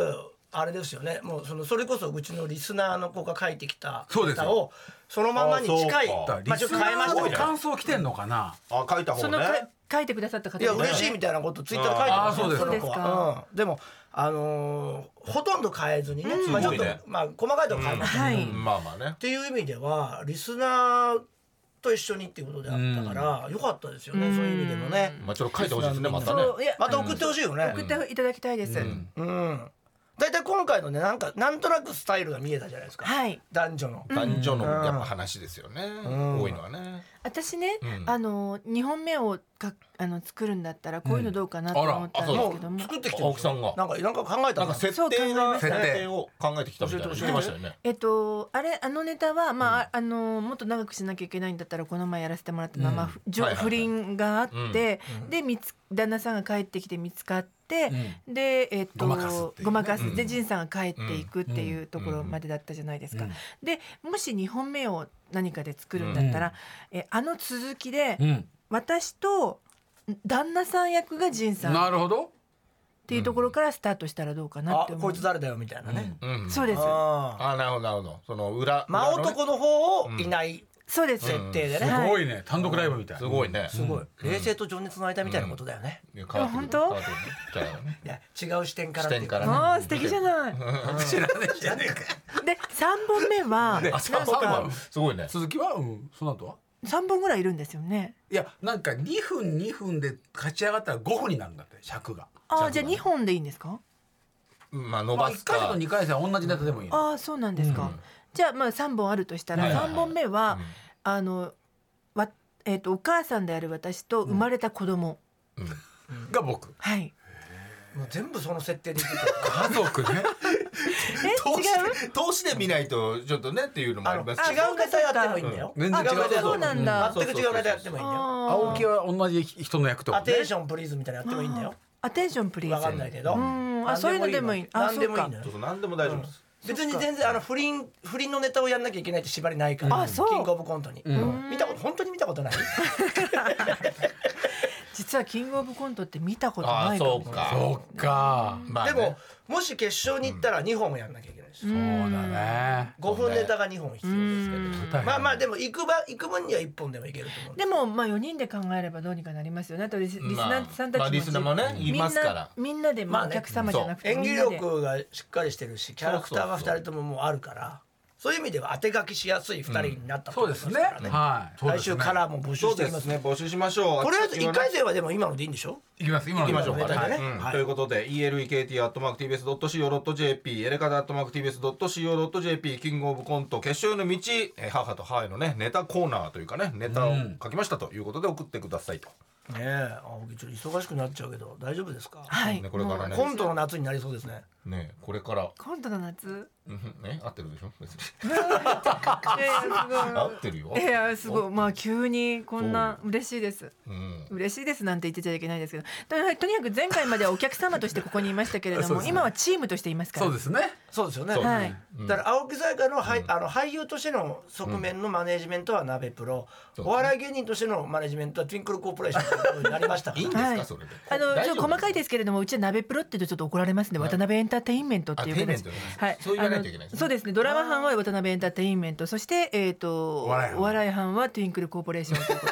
B: あれですよねもうそのそれこそうちのリスナーの子が書いてきた
D: そうです
B: 歌
D: よ
B: をそのままに近
C: あ
B: い
C: そうか
B: まあちょっと変えましたけ
D: リスナーの
B: ど
D: 感想来てんのかな
C: あ書いた
A: そ
C: 方
A: の
C: ね。
A: か書いてくださった方
B: いや嬉しいみたいなことツイッターで書いてま
D: あーそうです
B: そ
D: か
B: の子は、うん、でもあのーほとんど変えずにね、まあち
C: す
B: ょっと、
C: ごいね
B: まあ細かいとこ変えましたけど、っ
A: はい
C: まあまあね。
B: ていう意味ではリスナーと一緒にっていうことであったから、良かったですよね、そういう意味でもね
C: まあちょっと書いてほしいですねまたね。
A: そういや
B: また送ってほしいよね
A: 送っていただきたいです
B: うん大体、今回のねなんかなんとなくスタイルが見えたじゃないですか、
A: はい
B: 男女の、
C: 男女のやっぱ話ですよね。多いのはね。
A: 私ね
C: うん
A: あの二本目をかあの作るんだったらこういうのどうかなと思ったんで
C: うんあら
A: す
B: も
A: けど
B: う
A: も
B: 作ってきてる
C: 青木さんが
B: なんかなんか考えた
C: なんか
B: かな
C: 設定が
D: そう考えました
C: 設定を考えてきたみたいなの言ってましたよね。
A: えっと、あれあのネタは、まああのもっと長くしなきゃいけないんだったらこの前やらせてもらったのは、まあふじょ
C: はいはいはい
A: 不倫があって、
C: うん
A: で見つ旦那さんが帰ってきて見つかって、で、えっと
D: ごまかすっていうね
A: ごまかすで
C: うん
A: 仁さんが帰っていくっていうところまでだったじゃないですか。でもし2本目を何かで作るんだったら、えあの続きで、
D: うん
A: 私と旦那さん役が仁さんっ
D: なるほど
A: ていうところからスタートしたらどうかなっ
B: あ
A: て思う。
B: こいつ誰だよみたいなね、
C: うん。
A: そうです
B: あ
C: あなるほどなるほど。その裏
B: ー真
C: 裏のね
B: 男の方をいない
A: そうです、
B: 設定でね、
D: すごいね単独ライブみたい
C: すごいね。
B: すごい、冷静と情熱の間みたいなことだよね、
C: いや変わってくる
A: あ本当
C: 変わってくるね
B: いや違う視点からっていう
C: 視点からね
A: ああ素敵じゃない。
D: 知らねえ じゃねえか
A: で三本目は
C: あ三本
A: なん
C: は
A: か
C: すごいね。
D: 続きはうんその後は
A: 三本ぐらいいるんですよね。
D: いやなんか2分2分で勝ち上がったら5分になるんだって尺が
A: ああじゃあ二本でいいんですか。
C: まあ伸
D: ま
C: ば
D: あ
C: す
D: 1回戦
C: か
D: と。2回戦は同じネタでもいいの
A: ああそうなんですか。じゃあまあ3本あるとしたら
C: はいはいはい
A: 3本目は、あのわ、えー、とお母さんである私と生まれた子供、
C: が僕
A: はい
B: もう全部その設定 でいく
D: 家族ね。
A: え
C: 投
A: 違う
C: 資で投資で見ないとちょっとねっていうのもあります
A: あ
C: し
A: の
B: 違うネタやってもいいんだよ、
D: うん全然
B: 違うネタやっても
A: そうなんだ
B: 全く違うネタやってもいいんだよ
D: 青木は同じ人の役とか
B: ア
D: ね。
B: テンションプリーズみたいなのやってもいいんだよ
A: アテンションプリ
B: わ
A: ー
B: か
A: ズ
B: んないけど
A: んあそういうのでもいいあ
B: 何でもいいんだよ
C: そうそう何でも大丈夫です
B: 別に全然あの不倫不倫のネタをやんなきゃいけないって縛りないから、
A: あそう
B: キングオブコントに、見たこと本当に見たことない
A: 実はキングオブコントって見たこと
C: あ
A: な
C: あ
A: いか
C: そ
A: もし
C: う
A: れない
C: か
D: そっか。
C: まあ
B: で
C: ね
B: ももし決勝に行ったら2本やんなきゃいけないし、
D: そうだね。
B: 5分ネタが2本必要ですけど、
D: うん
B: まあまあでも行くば行く分には1本でもいけると思う
A: でもまあ4人で考えればどうにかなりますよねあとリスリスナーさんたちも、
C: まあリスナーもね
A: みん
C: いますから
A: なみんなでまあ
B: まあ
A: お
B: ね
A: 客様じゃなくて、
B: 演技
A: みんな
B: 力が
A: で
B: しっかりしてるしキャラクターが2
C: そうそうそう
B: 人とももうあるからそういう意味では当て書きしやすい2人になったと
D: そう
B: 思い
D: で
B: ます
D: す
B: か
D: ね。
B: らね
D: はい。
B: 来週カラーも募集
C: そう
B: して
C: で
B: いますすね
C: ね募集しましょう
B: とりあえず
C: 宛先は
B: 1
C: ね
B: 回戦はでも今のでいいんでしょ
D: いきます。今の
C: 行きましょうかね。
B: はい
C: うん
B: はい
C: ということで elekt.tbs.co.jp エレカタ .tbs.co.jp キングオブコント決勝への道えー母と母へのねネタコーナーというかねネタを書きましたということで送ってくださいと。
B: ねえ青木ちょっと忙しくなっちゃうけど大丈夫ですか
A: はい、
C: ねこれからね
A: もう
B: 今度の夏になりそうですね
C: ねこれから
A: 今度の夏
C: うんえ合ってるでしょ別に
A: いやいやす
C: 合ってるよ
A: ごいい。やすごいまあ急にこんな嬉しいです
C: うん
A: 嬉しいですなんて言ってちゃいけないですけどととにかく前回まではお客様としてここにいましたけ れど
D: そう
A: も、
D: ですね
A: 今はチームとしていますから
D: そうですね。
B: そうですよね
C: そう
A: は
C: う
A: い
C: んうん
B: だから青木さやかの,、はいあの俳優としての側面のマネジメントは鍋プロ、
C: そう
B: お笑い芸人としてのマネジメントはトゥインクルコーポレーションということになりましたか
C: いいん
B: ら
C: ですか そ
A: はい
C: れで。。
A: あのちょっと細かいですすけれどもうちは鍋プロって言うとちょっと怒られますね、渡辺エンターテインメントっていう
C: あテイメン
A: 形
C: トね
A: はい
C: そう言わないといけないですね
A: あのそうですねドラマ班は渡辺エンターテインメントそしてえっ、と
D: お笑い班
A: お笑い班はトゥインクルコーポレーションというこ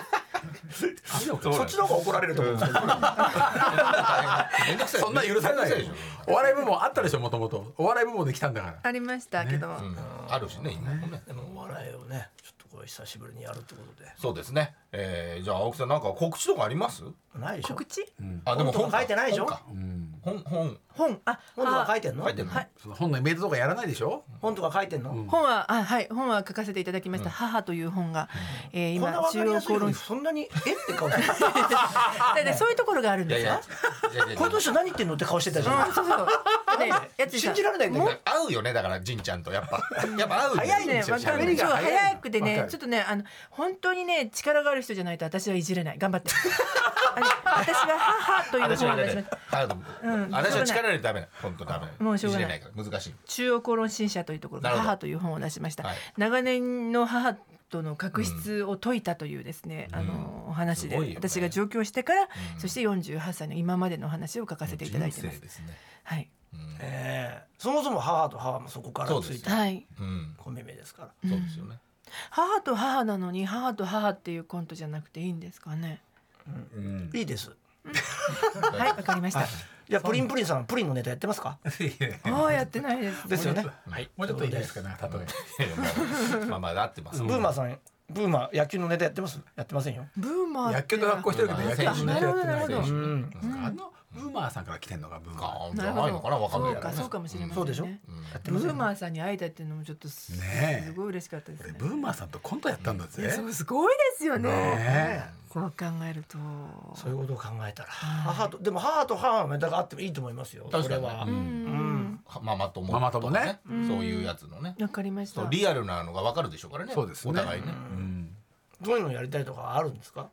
A: とで
B: そっちの方が怒られると思うんですけど、
C: めんどくさい
D: そんな許されないでしょ。お笑い部門あったでしょ、もともと。お笑い部門で来たんだから。
A: ありましたけども、
C: うんあるしね今もね。
B: でもお笑いをねちょっとこれ久しぶりにやるってことで
C: そうですね。えーじゃあ青木さんなんか告知とかあります？
B: ないでしょ
A: 告知
C: あ
B: 本とか書いてないでしょ
C: 本か
D: うん。
C: 本本
A: 本あ
B: 本とか書い
A: て
B: てんの
C: 書いてんの
A: はい
D: その本のイベントとかやらないでしょ。
B: 本とか書いてんの、
D: ん
A: 本はあはい本は書かせていただきました「母」という本が、え
B: こ
A: ー
B: んな
A: 今
B: わか
A: 中
B: り
A: 央
B: やすい
A: 公
B: の
A: 論
B: に
A: 室
B: そんなにえって顔してる
A: ででそういうところがあるん
C: いや
A: で
C: い
A: すよ
C: や。いやいやいや
B: これどうして何言ってんのって顔してたじゃん
A: うん、そうそう。ね、やつ
B: 信じられないんだけど
C: 合うよねだから仁ちゃんとや っぱやっぱ合うよ
B: 早いん
A: ね、
B: ですよ
A: わか
B: 喋
A: る。
B: り
A: そう
B: が
D: 早いの
A: 早くで
D: わか
A: ね、
D: る
A: ちょっとね、あの本当にね、力がある人じゃないと私はいじれない。頑張って。あの私は母という
C: 私
A: 本
C: は
A: を
C: ね
A: 出しました。
C: あ
A: うん
C: 私は力入れたらダメな本当ダメ
A: もうしょうがない
C: じれから難しい
A: 中央公論新社というところから
C: なるほど
A: 母という本を出しました。
C: はい
A: 長年の母との確執を解いたというですね、あのお話で、
C: すごいよね
A: 私が上京してから、そして48歳の今までのお話を書かせていただいて
C: 人
A: ま
C: 生
A: す。
C: ですね
A: はい。
B: ええそもそも母と母もそこからつ
C: そうで
B: い
C: す
B: た
A: はい。
C: うん
B: コンビ名ですから
C: そうですよね
A: 母と母なのに母と母っていうコントじゃなくていいんですかね。
D: うん。
B: いいです
A: はい、わかりました。
B: じゃあプリンプリンさんプリンのネタやってますか
A: もうやってないです。
B: ですよね
D: はい。もうちょっといいですかね、例え。
C: いやいやまあまあまあ合ってます
B: ブーマーさんブーマー野球のネタやってますやってませんよ
A: ブーマーって。
D: 薬局の学校してるけど、
C: うん
D: 野球の
A: あなるほどなるほど
D: やって
A: う
D: ないでしょそっかあの、ブーマーさんから来てんのか、ブーマ
C: あ
D: ー。
C: じゃないのかなわかんない
A: そう
C: けど
A: か
C: ね
A: そうかもしれませんね。
B: そうでしょ
A: やってませんねブーマーさんに会えたっていうのもちょっとす,、
D: ねえ
A: すごい嬉しかったです
D: 俺
A: ね。
D: ブーマーさんとコントやったんだ
A: い
D: ぜ
A: やそ。うすごいですよね。
D: ねえ
A: そう考えると。
B: そういうことを考えたら母とでも母と母のネタがあってもいいと思いますよ
C: 確かに
B: これは、
C: う
B: うん
C: ママ友
D: ママ友ね
C: そういうやつのね
A: わかりまし
C: そ
A: た
C: う。リアルなのがわかるでしょうからね
D: そうですね
C: お互いね
D: うん。
B: どういうのやりたいとかあるんですか、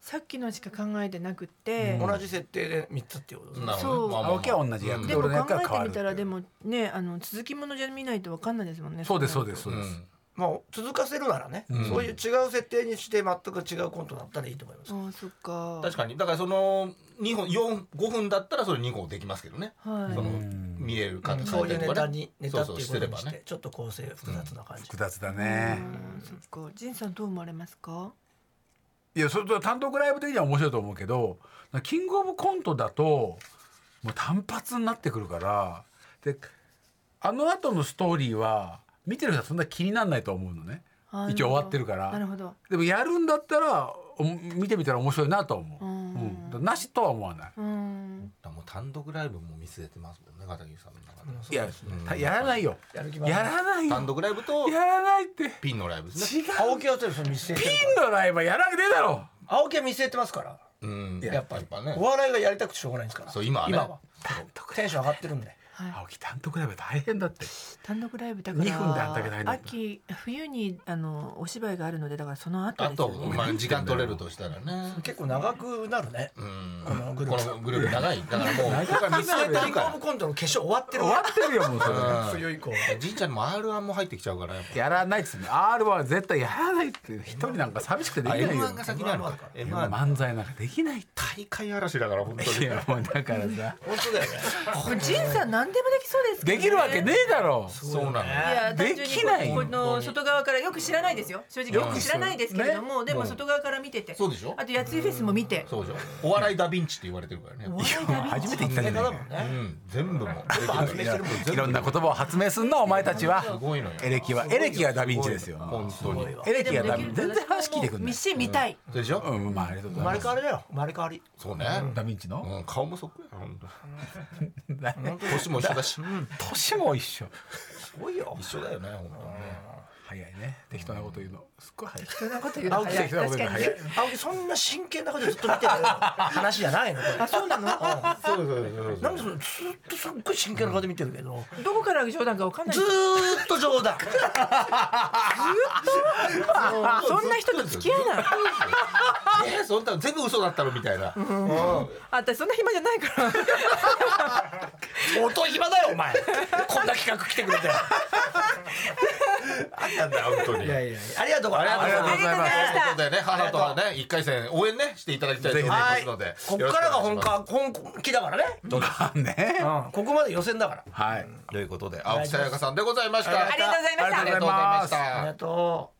A: さっきのしか考えてなくて。
B: 同じ設定で三つっていうことですね
C: なるほ
A: そ
C: ど
A: う
C: ねまあまあまあ
D: 青木は同じ役
C: うん
A: で
D: どれ
A: も
D: の役
A: 考
D: が変わる
A: えてみたらでもねあの続きものじゃ見ないとわかんないですもんね。。
D: そうです、そうですす、そうです。
B: まあ続かせるならね、
D: うん
B: そういう違う設定にして全く違うコントだったらいいと思います、
A: ああそっか。
C: 確かにだからその2本四5分だったらそれ2個できますけどね、
A: はい
C: その
D: うん
C: 見える感じ
B: そういうネタにネ
C: そ
B: タ
C: う
B: っ
C: そ
B: ていうう
C: し
B: こ
C: て
B: と
C: れ
B: に
C: ば
B: して
C: ね
B: ちょっと構成複雑な感じ、
D: 複雑だね。
A: うんそっか。仁さんどう思われますか。
D: いや、それと単独ライブ的には面白いと思うけど、キングオブコントだと、もう単発になってくるから、で、あの後のストーリーは、見てる人はそんな気にならないと思うのね。
A: あー
D: 一応終わってるから
A: なるほど。
D: でもやるんだったらお見てみたら面白いなとは思う、
A: う
D: うんんだからなしとは思わない
A: うん。
C: もう単独ライブも見据えてますもんね片桐さんの中では、
D: いや、たやらないよ
B: やる気は
D: やらない
C: 単
D: よ
C: 独ライブと
D: やらないって
C: ピンのライブです
D: 違
C: ね
D: う
B: 青木はそれ見据えて
D: ピ
B: る
D: ンのライブはやらねえだろ
B: 青木は見据えてますから
C: うん
B: やっぱり
C: ね
B: お笑いがやりたくてしょうがないんですから
C: そう今はね
B: 今は
D: 単独
B: テンション上がってるんで
D: 青木単独ライブ大変だって
A: 単独ライブだから
D: 二分であんだけないんだ
A: 秋冬にあのお芝居があるのでだからその後
C: あ
A: ですよ
C: と、
A: ね
C: まあ、時間取れるとしたらね
B: 結構長くなるね
C: うん
B: このグルー
C: こ
B: プ
C: のグループ長いだからもう
D: 長くなる
C: ここは見据えて
B: キ
C: る
B: ング
C: か
B: オブコントの決勝終わってる
D: 終わってるよもうそれ
C: うん
B: 冬以降
C: らじいちゃんにも R1 も入ってきちゃうからやっぱ
D: やらないっすね R は絶対やらないって一人なんか寂しくてできないよ
C: M1 が先にあるから
D: M1
C: M1
D: 漫才なんかできないって
C: 大会嵐だから本当
D: い
C: に
D: やもうだから さ
B: 本当だよね
A: これ仁さん何でもできそうですけどね
D: できるわけねえだろ
C: そうなの
A: いや単純に
D: できない
A: この外側からよく知らないですよ正直よく知らないですけれども、でも外側から見てて
C: そうでしょ
A: あとやついフェスも見て
C: そうじゃんお笑いダヴィンチって言われてるからね
A: お笑い旅
D: 初めて言ったじゃないか
C: うん全部も
D: いやいろんな言葉を発明すんなお前たちは
C: すごいのよ
D: エレキはエレキがダヴィンチですよ
C: 本当に
D: エレキ
A: で
D: が
A: も
D: ダヴィンチ全
A: できる
D: 然話聞いてくんない
A: 見見たい、
C: それでしょ
D: うんまあありがとうご
B: 生ま
D: ざ
B: れ変わ
D: います
B: りだよ生まれ変わり
C: そうね
D: ダヴィンチの
C: うん顔もそっくりだ本当に年も一緒だし
D: 年も一緒
B: すごいよ
C: 一緒だよね本当にね
D: 早いね適当なこと言うのすっごい早い
A: そんなこと言うの早
D: 青
A: い
D: 木さん
A: 確かに
D: 青木さん
A: ね
B: 青木そんな真剣なことずっと見てる話じゃないのこれ
A: あそうなの
C: そうそうそう
B: なんでそのずっとすっごい真剣な顔で見てるけど、
A: どこから冗談かわかんない
B: ずーっと冗談
A: そんな人と付き合えない
C: えそんなの全部嘘だったのみたいな
A: あ私そんな暇じゃないから
B: 相当暇だよお前こんな企画来てくれて
C: あったんだ本当に
B: いやいやいやありがとうございます
C: ありがとうございます。
A: ありがとう
C: ということでね、母とはね、一回戦応援ね、していただきたいと思いますので。
B: こっからが本格本気だからね、
D: まあね
B: うん、ここまで予選だから
D: はい
C: ということで、青木さやかさんでございました。
A: ありがとうございました
D: ありがとうございました
B: ありがと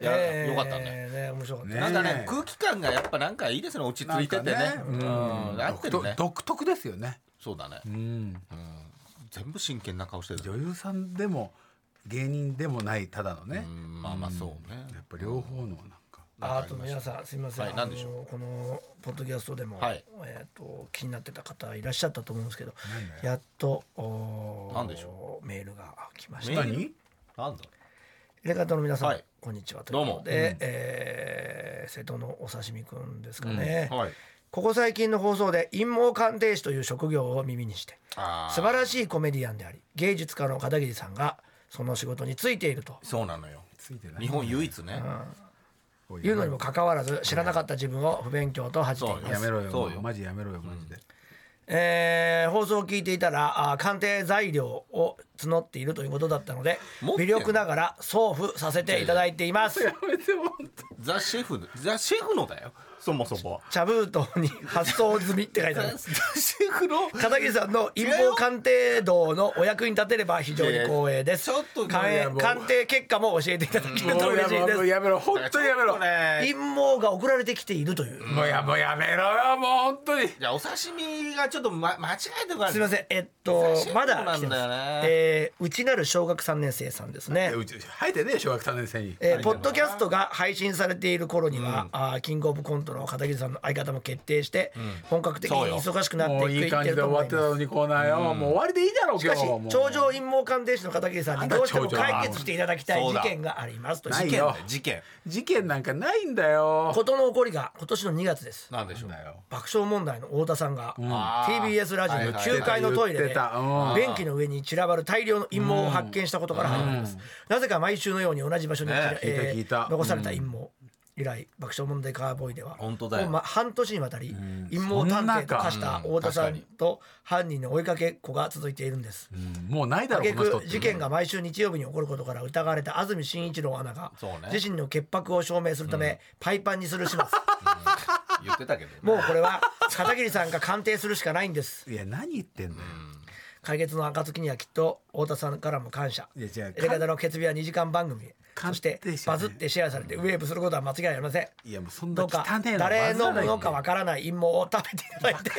B: う
C: いやよかったね
B: ね面白かった
D: ね
B: ね
C: なんかね
D: え、
C: 空気感がやっぱなんかいいですね、落ち着いてて
D: な
C: ね
D: ん。か
C: う
D: ね
C: ん、合ってるね
D: 独。独特ですよね
C: そうだね。
D: うん
C: うん全部真剣な顔してる。
D: 女優さんでも芸人でもないただのね
C: うんまあまあそうね。
D: やっぱ両方のなんか
B: ああと皆さんすみません、
C: はい
B: あの
C: 何でしょ
B: このポッドキャストでも、
C: はい
B: えっ、と気になってた方いらっしゃったと思うんですけど、やっとおー
C: 何でしょ
B: メールが来まし
C: メ
B: た
C: ール
D: 何
C: なんだ。
B: エレガントの皆さん、
C: はい
B: こんにちは
C: どうも
B: ということで、えー瀬戸のお刺身くんですかね、
C: はい。
B: ここ最近の放送で陰謀鑑定士という職業を耳にして
C: あー
B: 素晴らしいコメディアンであり芸術家の片桐さんがその仕事についていると
C: そうなのよ。
D: ついてない
C: 日本唯一ね。
B: いうのにもかかわらず知らなかった自分を不勉強と恥じてい
C: そう
B: ます
C: よ
D: やめろよ
C: そうよ
D: もうマジやめろよマジで
B: えー放送を聞いていたらあー鑑定材料を募っているということだったので
C: 持って
B: 魅
C: んの
B: 力ながら送付させていただいて います
D: めても本
C: ザシェフ、ザシェフのだよ。そもそも。
B: 茶封筒に発送済みって書いてあ
C: ザ
B: る
C: シェフの。
B: 片桐さんの陰謀鑑定道のお役に立てれば非常に光栄です
C: いやいやちょっと
B: 鑑
C: いやもう
B: 鑑定結果も教えていただける
D: 当
B: と嬉しい
D: もう
B: です
D: やめろ本当にやめろ
C: これ
B: 陰謀が送られてきているという
D: もうやもうやめろよもう本当に
C: じゃあお刺身がちょっと、ま、間違えてるから
B: すみませんえっと
C: 久しぶり
B: まだ
C: な
B: 来て
C: ん
B: ま
C: だ
B: す
C: よね
B: えーうちなる小学3年生さんですね
D: うち入ってねえ小学3年生に
B: えーポッドキャストが配信されている頃には、あーキングオブコントの片桐さんの相方も決定して、本格的に忙しくなっ
D: も
B: て
D: う
B: い
D: い
B: く
D: い感
B: って
D: じ
B: る
D: で
B: と
D: 終わ
B: 思
D: っ
B: い
D: てた
B: ま
D: のにコーナーよもう終わりでいいだろう
B: すしか
D: 今日
B: し
D: も
B: 頂
D: う
B: 上陰謀鑑定士の片桐さんにどうしても
D: 頂上は
B: 解決していただきたい事件がありますと
D: な
B: 事
D: い
B: 件
D: よ
C: 事件
D: 事件なんかないんだよ
B: 事の起こりが今年の2月です
C: なんでしょう
B: 爆笑問題の太田さんが、
C: あー
B: TBS ラジオの9階のトイレ
D: 言っ
B: で
D: てたうん
B: 便器の上に散らばる大量の陰謀を発見したことから始まります、なぜか毎週のように同じ場所に、
C: ね
B: えー
D: 聞いた聞いた
B: 残された陰謀、以来爆笑問題カーボーイでは
C: 本当だよ
B: もうま半年にわたり陰謀探偵と化した太田さんと犯人の追いかけっこが続いているんです、
D: うんもうないだろ
B: 結
D: この人っ
B: 局
D: て
B: 事件が毎週日曜日に起こることから疑われた安住紳一郎アナが
C: そうね
B: 自身の潔白を証明するため、パイパンにする始末
C: 言ってたけどね
B: もうこれは片桐さんが鑑定するしかないんです
D: いや何言ってんだよ
B: 解決の暁にはきっと太田さんからも感謝
D: いや違う
B: エレガタの決日は2時間番組へ
D: 鑑
B: そして
D: 定士は
B: バ
D: ね
B: ズってシェアされてウェーブすることは間違いありません
D: いやもうそん
B: ど
D: な
B: う
D: 汚
B: か
D: えの
B: 誰のものか
D: わ
B: わからない陰謀を食べていただいて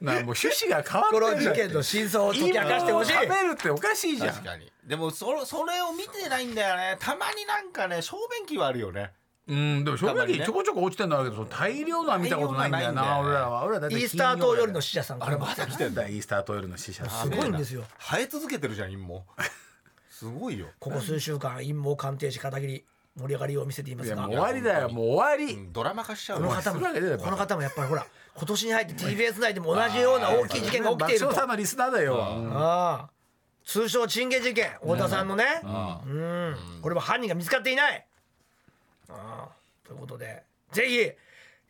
D: なもう趣旨が変
B: こ
D: わっ
B: の
D: てるじ
B: 事
D: ゃん
B: 件の真相を解き明かしてほしい
D: 食べるっておかしいじゃん
C: 確かにでもそれそれを見てないんだよねたまになんかね小便器はあるよね
D: うんでも正
E: たまに
D: 直
E: ね
D: ちょこちょこ落ちてんだけどその大量のは見たことないんだよな
E: 大量の
D: 俺
E: はないんだよね
D: らは俺らだって
B: イースター島よりの死者さん
D: あれまだ来てんだイースター島よりの死者
B: すごいんですよ
C: 生え続けてるじゃん陰もすごいよ
B: ここ数週間陰謀鑑定士片桐盛り上がりを見せていま
D: い
B: す
D: やも
B: が
D: う終わりだよもう終わ
C: う
D: り
C: んドラマ化しちゃう
B: この方も
D: するわけねえだろ
B: この方もやっぱりほら今年に入って TBS 内でも同じような大きい事件が起きている
D: 爆
B: と
D: 笑さんのリスナーだようん
B: ああ通称チンゲ事件太田さんのねうんこれも犯人が見つかっていないああということでぜ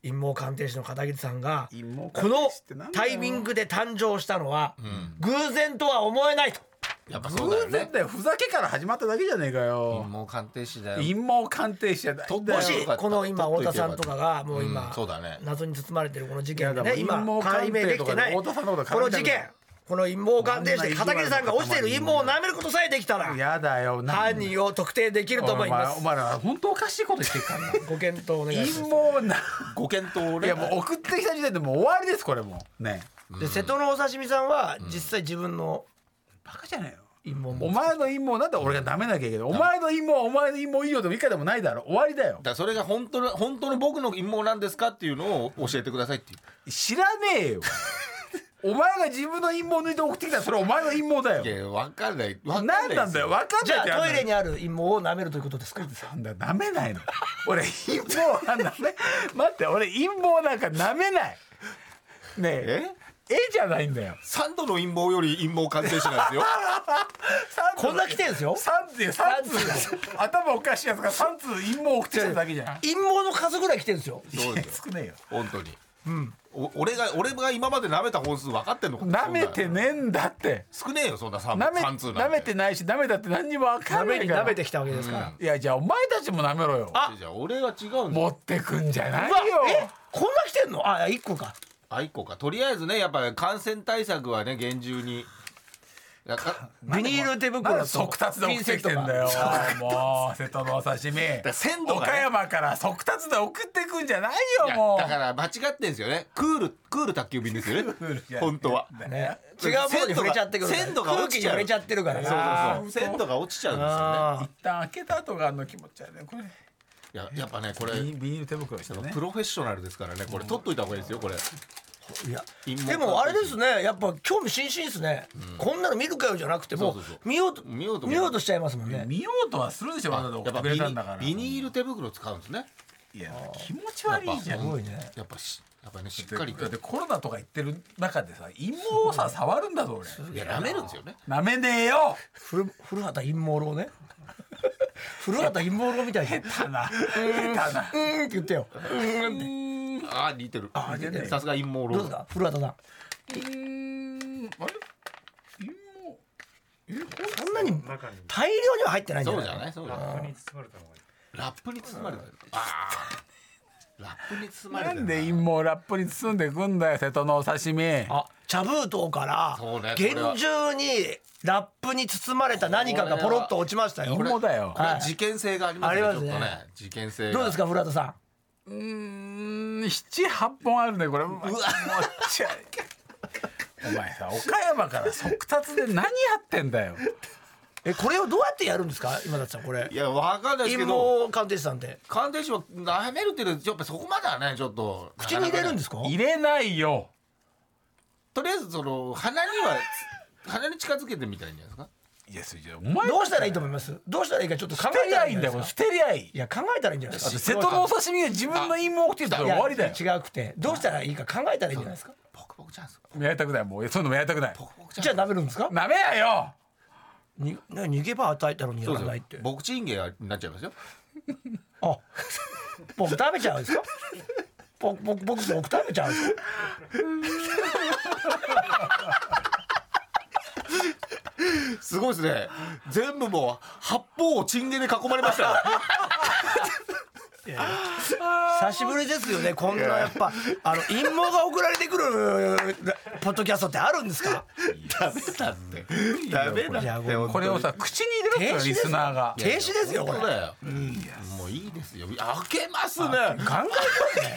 B: ひ陰謀鑑定士の片桐さんが
D: 陰
B: こ
D: 謀鑑
B: の
D: 定士ってなんだ
B: タ
D: よ
B: イミングで誕生したのは偶然とは思えないと
C: やっぱそうだよ
D: 偶
C: ね
D: 然だよふざけから始まっただけじゃねえかよ
C: 陰謀鑑定士だよ
D: 陰謀鑑定士じゃないんだよ
B: もし
C: よかった
B: この今太田さんとかがもう
C: う
B: 今
C: んそうだね
B: 謎に包まれてるこの事件が
D: いや
B: ね
D: でも
B: 今
D: 陰謀鑑
B: 解明
D: 定
B: で
D: と
B: き
D: か
B: て
D: で
B: ない
D: 太
B: こ
D: 田さんのこと絡んだ
B: の事件この陰謀鑑定士で
D: こんな
B: 片
D: 意
B: 桐
D: 地悪な
B: さんが落ちている陰謀を舐めることさえできたら
D: やだよなん
B: 犯人を特定できると思いま
D: お
B: す
D: 前お前ら本当おかしいこと言ってるからな
B: ご検討お願いし
D: 陰
B: ま
D: 謀な
C: ご検討を
D: い
C: ね
D: やもう送ってきた時点でもう終わりですこれもうね
B: すで瀬戸のお刺身さんは実際自分の
D: バカじゃないよ
B: 陰謀
D: お
B: も
D: 前の陰謀なんだ俺がダメなきゃいけないお前の陰謀はお前の陰謀以上でも以下でもないだろ終わりだよ
C: だからそれが本当の本当の僕の陰謀なんですかっていうのを教えてくださいっていう
D: 知らねえよお前が自分の陰謀抜いて送ってきたらそれはお前の陰謀だよ
C: いや分かんない分か
D: 何
C: んないです
D: なんだよ分かん
B: じ
D: ない
B: ゃ
D: っ
B: あ
D: て
B: トイレ
D: に
B: にある陰謀を舐めるということですか
D: なんだ舐めないの俺陰謀は舐め待って俺陰謀なんか舐めないねええじゃないんだよ
C: 三度の陰謀より陰謀鑑定士なんです よ
B: こんな来てんですよ
D: 三通よ三通頭おかしいやつが三通陰謀送ってきただけじゃん
B: 陰謀の数ぐらい来てんですよ
C: そうですよ
D: 少ねえよ
C: 本当に、お俺が俺が今まで舐めた本数分かってんのか
D: 舐めてねえんだって
C: 少ねえよそんな 3,
D: 舐め
C: 三通なん
D: 舐めてないし舐めたって何にも分か
B: 舐
D: んな
B: め
D: い
B: に
D: から
B: 舐めてきたわけですから
D: いやじゃあお前たちも舐めろよ
B: あ
C: じゃあ俺は違うんだよ
D: 持ってくんじゃないうよ
B: わえこんな来てんのあ一個か
C: あいこかとりあえずねやっぱ感染対策はね厳重にやか
B: ビニール手
D: なん
B: 袋
D: で
B: と
D: 速達で送ってきてんだよもう瀬戸のお刺身
C: 鮮度がね
D: 岡山から速達で送ってくんじゃない
C: い
D: よ
C: や
D: もう
C: だから間違ってんですよねクールクール宅急便ですよね
D: ールじゃない
C: 本当は
B: ね違うものに触れちゃってくるから
C: 鮮度が
B: 空
C: 落
B: 気
C: ち
B: に
C: ちゃう
B: 触れちゃってるから
C: そう
B: な
C: そうそう鮮度が落ちちゃうん
B: あ
D: 一旦開けた後があの気持ち悪いねこ
C: ですよ
D: れ
C: ねいややっぱねこれ
D: ビニビニール手袋してね
C: プロフェッショナルですからねこれ取っといた方がいいですよこれ
B: いや
C: 陰謀
B: でもあれですねやっぱ興味津々ですね、こんなの見るかよじゃなくてもう
C: そうそうそう
B: 見ようと
C: 見ようと
B: 見ようとしちゃいますもんね
D: 見ようとはするでしょわざわざ送
C: やって
D: っ
C: ぱ
D: く
C: ビ
D: れ
C: ニ
D: たんだから
C: ビニール手袋使うんですね
D: いや気持ち悪いじゃん
C: やっぱ
B: いね
C: やっぱしやっぱねしっかり
D: だってコロナとか言ってる中でさ陰謀をさ触るんだぞ俺
C: いや舐めるんですよね
D: なめねえよ
B: 古古畑陰謀論ね 古畑陰謀論みたいに「う
D: 下手な下手な
B: ーん」って言ってよ
C: あー似てる
D: あ似てる
C: さすが陰謀
B: どうで
C: 論
B: すか古畑さん
D: うーんあれ陰謀
B: そんなに
F: 中に
B: 大量には入ってないんじゃ
C: そ
B: な
C: う
B: い
C: じゃないそうじゃない
F: ラップに包まれたのがいい
C: ラップに包まれてるあーラップに包まれ
D: な
C: てる
D: んで陰謀をラップに包んでくんだよ瀬戸のお刺身
B: あ茶封筒から
C: そうねこれ
B: 厳
C: は
B: 重にラップに包まれた何かがポロッと落ちましたよ
D: これは陰謀だよ
C: これは事件性がありますねち
B: あ
C: ょっ
B: りま
C: と
B: すね
C: ね事件性
B: どうです
C: か
B: か古畑さん
D: うーん七八本あるねこれ うわもうちゃお前さ岡山から速達で何やってんだよ
B: えこれをどうやってやるんですか今立さんこれ
C: いやわかんないです
B: 陰
C: けど
B: 謀鑑定士さんって
C: 鑑定士は舐めるっていうのはやっぱそこまではねちょっと
B: 口に入れるんですすか
D: 入れないよ
C: とりあえずその鼻には鼻に近づけてみたらいいんじゃないですか
D: いやそれじゃお前
B: どうしたらいいと思いますどうしたらいいかちょっと考
D: 捨て
B: え
D: り
B: た
D: ゃ
B: ら
D: い
B: い
D: い
B: い
D: ん
B: ん
D: だ
B: だ
D: よ
B: よ
D: これ捨てりゃいい
B: いや考えたらいいんじゃないですか
D: 瀬戸のお刺身が自分の陰謀を送ってきたら終わりだよ
B: いや違くてどうしたらいいか考えたらいいんじゃないですか
C: ポクポクチャンス
D: やりたくないもうそういうのもやりたくない
C: ポクポクチャンス
B: じゃあ舐めるんですか
D: なめやよ
B: にな逃げ場与えたのにや
C: そう
B: ら
C: で
B: な
C: す
B: い
C: よ
B: って
C: ボクチンゲーになっちゃいますよ
B: あ僕食べちゃうんですか僕僕僕僕食べちゃうんですか
C: すごいですね全部もう八方をチンゲで囲まれましたよ
B: 久しぶりですよねこんなやっぱあの陰謀が送られてくるポッドキャストってあるんですか
C: ダメだってダメ
B: い
C: だ
B: や
C: っ
B: ご
C: て
B: めん
C: 本当に
D: これをさ口に入れろってリスナーが
B: 停止ですよこれ
C: 本当だよもういいですよ開けますね
B: 考えてね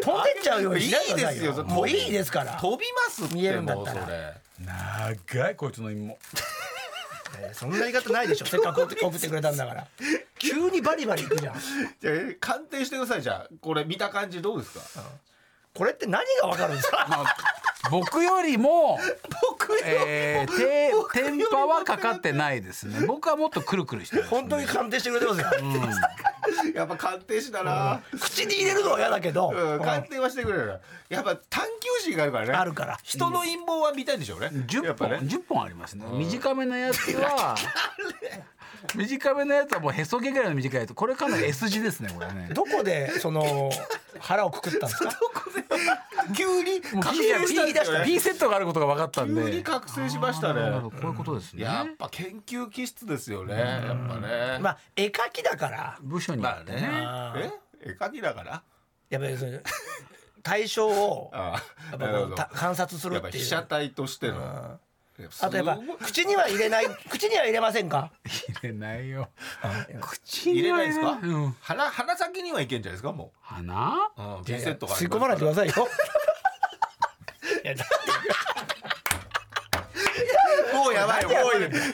B: 飛んでっちゃうようにしないでくださ
C: いいですよ
B: もういいですから
C: 飛びますって
B: 見えるんだ
C: も
B: っ
C: う
B: た
C: そ
B: ら
C: れ
D: 長いこいつの陰謀
B: そんな言い方ないでしょせっかく送って送ってくれたんだから急にバリバリいくじゃん
C: じゃあ鑑定してくださいじゃあこれ見た感じどうです か
B: これって何がわかるんですか
D: 僕よりも、
C: 僕よ
D: えー、て天パはかかってないですね僕はもっとくるくるしてる
B: 本当に鑑定してくれてますよ、
C: やっぱ鑑定士だな、
B: 口に入れるのは嫌だけど、
C: うん、鑑定はしてくれるやっぱ探求心があるからね
B: あるから
C: 人の陰謀は見たいんでしょうねや
D: 10
C: っぱ
D: 本、
C: ね
D: 10本ありますね短めのやつ は短めのやつはもうへそ毛ぐらいの短いやつこれかなり S 字ですねこれね
B: どこでその腹をくくったんですか
C: 急に
D: もう
C: 覚
D: P
C: 醒したんですよ
D: P
C: ね
D: セットがあることが分かったん
C: 急に
D: で
C: 覚醒しました
D: なる
C: ね
D: ほどこういうことですね
C: やっぱ研究気質ですよねやっぱね
B: まあ絵描きだから
D: 部署によ
C: まあ
D: ってね
B: ね
C: ねえ絵描きだから
B: やっぱりその対象を
C: あ
B: や
C: あ
B: っ
C: な
B: ぱ
C: る
B: こ
C: ほ
B: う
C: ど
B: た観察する
C: や
B: っ
C: っぱ
B: て
C: 被
B: いう
C: 写体としての
B: あ
C: やっぱす
B: あと
C: ごい
B: やっぱ口には入れない口には入れませ んか
D: 入れない よ口
C: 入れない
D: は
C: ですか
D: うん
C: 鼻鼻先にはいけんじゃないですかも
D: 鼻
C: ううんピンセットがあり
B: 吸い
C: ますか
B: 込まな
C: ら
B: いでくださいよ いやだ
C: もうやばいもうやばいこ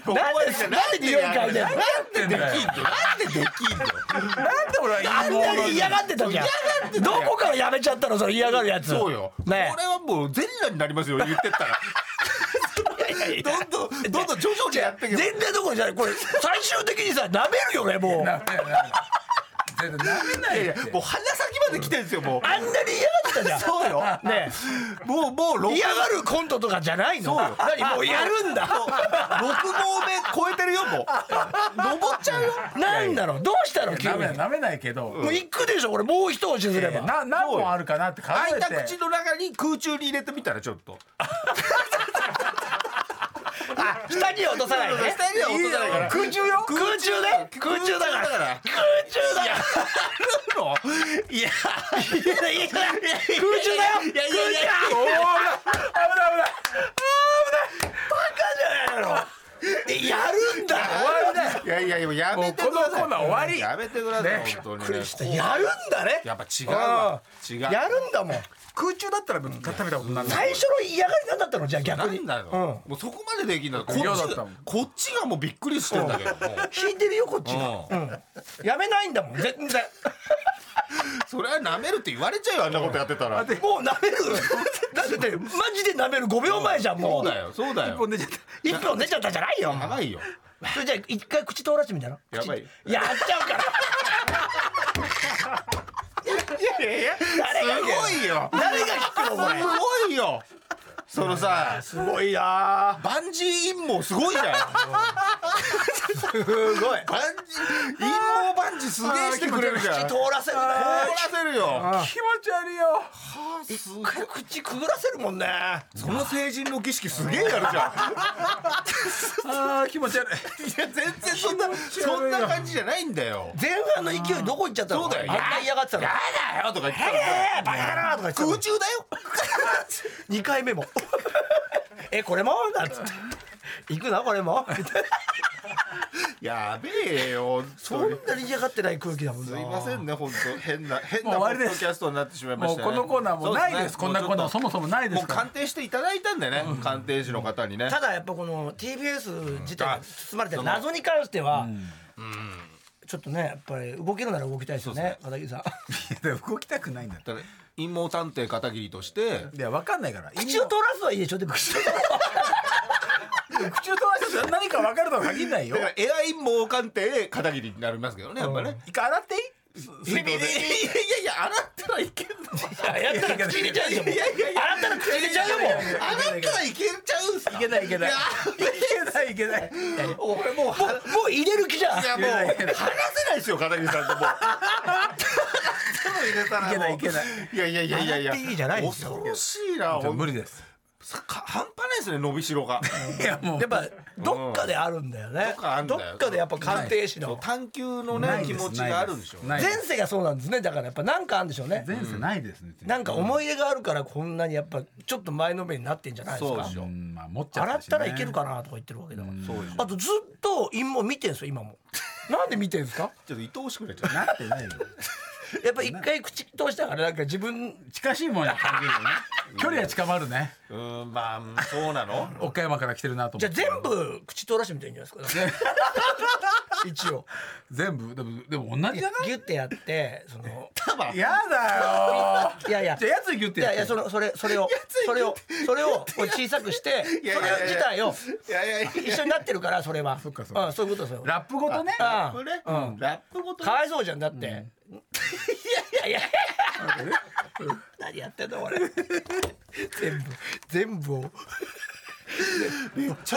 C: こまで来た
B: なんで匂い嗅いでんの
C: なんでできんのなんでできんの
D: なんで俺は
B: あんなに嫌がってたじゃんどこからやめちゃったのその嫌がるやつ
C: そうよ
B: ね
C: これはもう全裸になりますよ言ってったらどんどんどんどん徐々にやっていけ
B: 全
C: ば
B: 然どころじゃないこれ最終的にさ舐めるよねもうあんなに
D: 全然舐めないい
C: やいやもう鼻先まで来てるんですよもう
B: 嫌がってたじゃん
C: そうよ
B: ね
C: もうもう
B: え
C: 六
B: 嫌がるコントとかじゃないの
C: そうよ
B: 何もうやるんだ
C: もう六合目超えてるよもう登っちゃうよ
B: なんだろうどうしたの急
D: 舐
B: に
D: めない舐めないけど、
B: もう行くでしょ俺もう一押しすれば
D: な何本あるかなって考え
C: 開い
D: て
C: た口の中に空中に入れてみたらちょっと
B: あ下には落とさないね
C: 下には落とさないから
B: 空中よ空中ね空中だから
C: ら
B: 空中だか
C: い
B: ら
C: や
B: いやいやいや空中だよ
C: いやいやいや
D: おー危ない危ない
B: やるんだ
C: いやいやいややめてください
D: もうこのコーナー終わり
C: やめてください、
D: ね
C: 本当
B: びっく
C: に
B: り
C: ね
B: したやるんだね
C: やっぱ違うわ
B: うん
C: 違う
B: やるんだもん
D: 空中だったら食べたことない
B: 最初の嫌がりなんだったのじゃあ
C: な
B: 逆に
C: んだよ、もうそこまでできんだこっち
D: 嫌だったもん
C: こっちがもうびっくりしてんだけども
B: 引いてるよこっちが
C: う
B: うんやめないんだもん全然
C: それは舐めるって言われちゃうよあんなことやってたら
B: も う舐めるだってマジで舐める5秒前じゃん
C: そう
B: もう
C: だよそうだよ
D: 出ちゃった
B: 一本出ちゃったじゃないよ
C: やばいよ
B: それじゃあ一回口通らしてみたら
C: やばい
B: やっちゃうから
C: いやいや
B: 誰が
C: すごいよ
B: 誰が聞くのこれ
C: すごいよそのさ
B: すごいな
C: バンジー陰謀すごいじゃん
B: すごい
C: バンジー陰謀バンジーすげえしてくれるじゃん通
B: 通らせるね
C: らせるよ
D: 気持ち悪いよ
B: 一回口くぐらせるもんね
C: その成人の儀式すげえやるじゃん
D: あー気持ち悪い
C: いや全然そんなそんな感じじゃないんだよ
B: 前半の勢いどこ行っちゃったの
C: そうだよ
B: あんな嫌がってたの
C: やだよとか言ってたら
B: えーバカだなとか言ってたの
C: 空中だよ
B: 2回目も 「えこれも?」なんつって「行くなこれも?」みたいな
C: やべえよ
B: そ
C: そ
B: んなに嫌がってない空気だもん
C: す
B: ない
C: ませんね本当変な変な
D: もう
C: ポ
D: 終わ
C: ッ
D: りで
C: ド
D: す
C: キャストになってしまいま
D: も
C: し
D: う
C: たね
D: このコーナーもうないです
C: そう
D: こんなコーナーそもそもないで
C: も
D: す
C: う
D: から
C: 鑑定していただいたんでね鑑定士の方にね
B: ただやっぱこの TBS 自体
C: う
B: が
C: ん
B: 包まれてる謎に関しては、ちょっとねやっぱり動けるなら動きたいですよね片桐さん
D: いや動きたくないんだって
C: ただ陰謀探偵片桐として
D: いやわかん ないから
B: 口を通らすはいいでしょでも口を
D: 口を通らせて何かわかるとは限らないよ
C: だからエア陰謀鑑定片桐になりますけどねやっぱね
D: 一回洗っていい
C: いやいやいやいや洗ったらいけんの
B: いややったら口入れちゃうじゃんもう
C: いやいやいや
B: 洗ったら口入れちゃうよもう
C: 洗ったらいけちゃうんすか
D: いけないいけない
C: や
D: いけないいけない
C: 俺もう
B: もうもう入れる気じゃん
C: いやもう話せないですよ片桐さんともう。
D: いけないいけない
C: いやいやいやいやいや。
B: 洗っていいじゃないですよ
C: 恐ろしいな。
D: じゃあ
C: ほん
D: 無理です
C: さか半端ないですね伸びしろが。
D: いやもう
B: やっぱどっかであるんだよね、
C: かあんだ
B: ど
C: よ
B: っかでやっぱ鑑定士
C: そ
B: の
C: う探求の
D: ない
C: ね
D: で
C: 気
D: す
C: 持ちがあるんでしょ。
D: ない
B: 前
D: です
B: 世がそうなんですねだからやっぱなんかあるんでしょうね
D: 前世ないですね
B: なんか思い入れがあるからこんなにやっぱちょっと前のめりになってんじゃないです
C: そう
B: か
C: でしょ
D: う。んまあ持っちゃ
B: 洗
D: た
B: っ
D: したね
B: らいけるかなとか言ってるわけだから
C: そうでしょ。
B: あとずっと陰謀見てんすよ今もなんで見てんすか
C: ちょっと愛おしくなっちゃう。
D: なってないよ
B: やっぱ一回口通したからなんか自分
D: 近しいもんに感じるよね距離は近まるね
C: うーんまあそうなの
D: 岡山から来てるなと
B: じ
D: 思
B: ゃ
D: っ
B: あ全
D: て
B: 部口取らしてみていいんじゃない ですか一応
D: 全部でもでも同じじゃない
B: ギュッてやってそ の
D: やだよ
B: いやいや
D: じゃあやつギュッて
B: い
D: やっ
B: や
D: て
B: いやそのそれそれをそれをそれをこう小さくしてそれ
C: やいやいや
B: 自体を
C: いやいやいや
B: 一緒になってるからそれはそ
D: かそっか
B: うん、そういうことですよ
D: ラップごとね
B: あ
C: これラ
D: うん
C: ップごと
B: かわいそうじゃんだって、いやいやいや何やってんの俺全部全部 をこ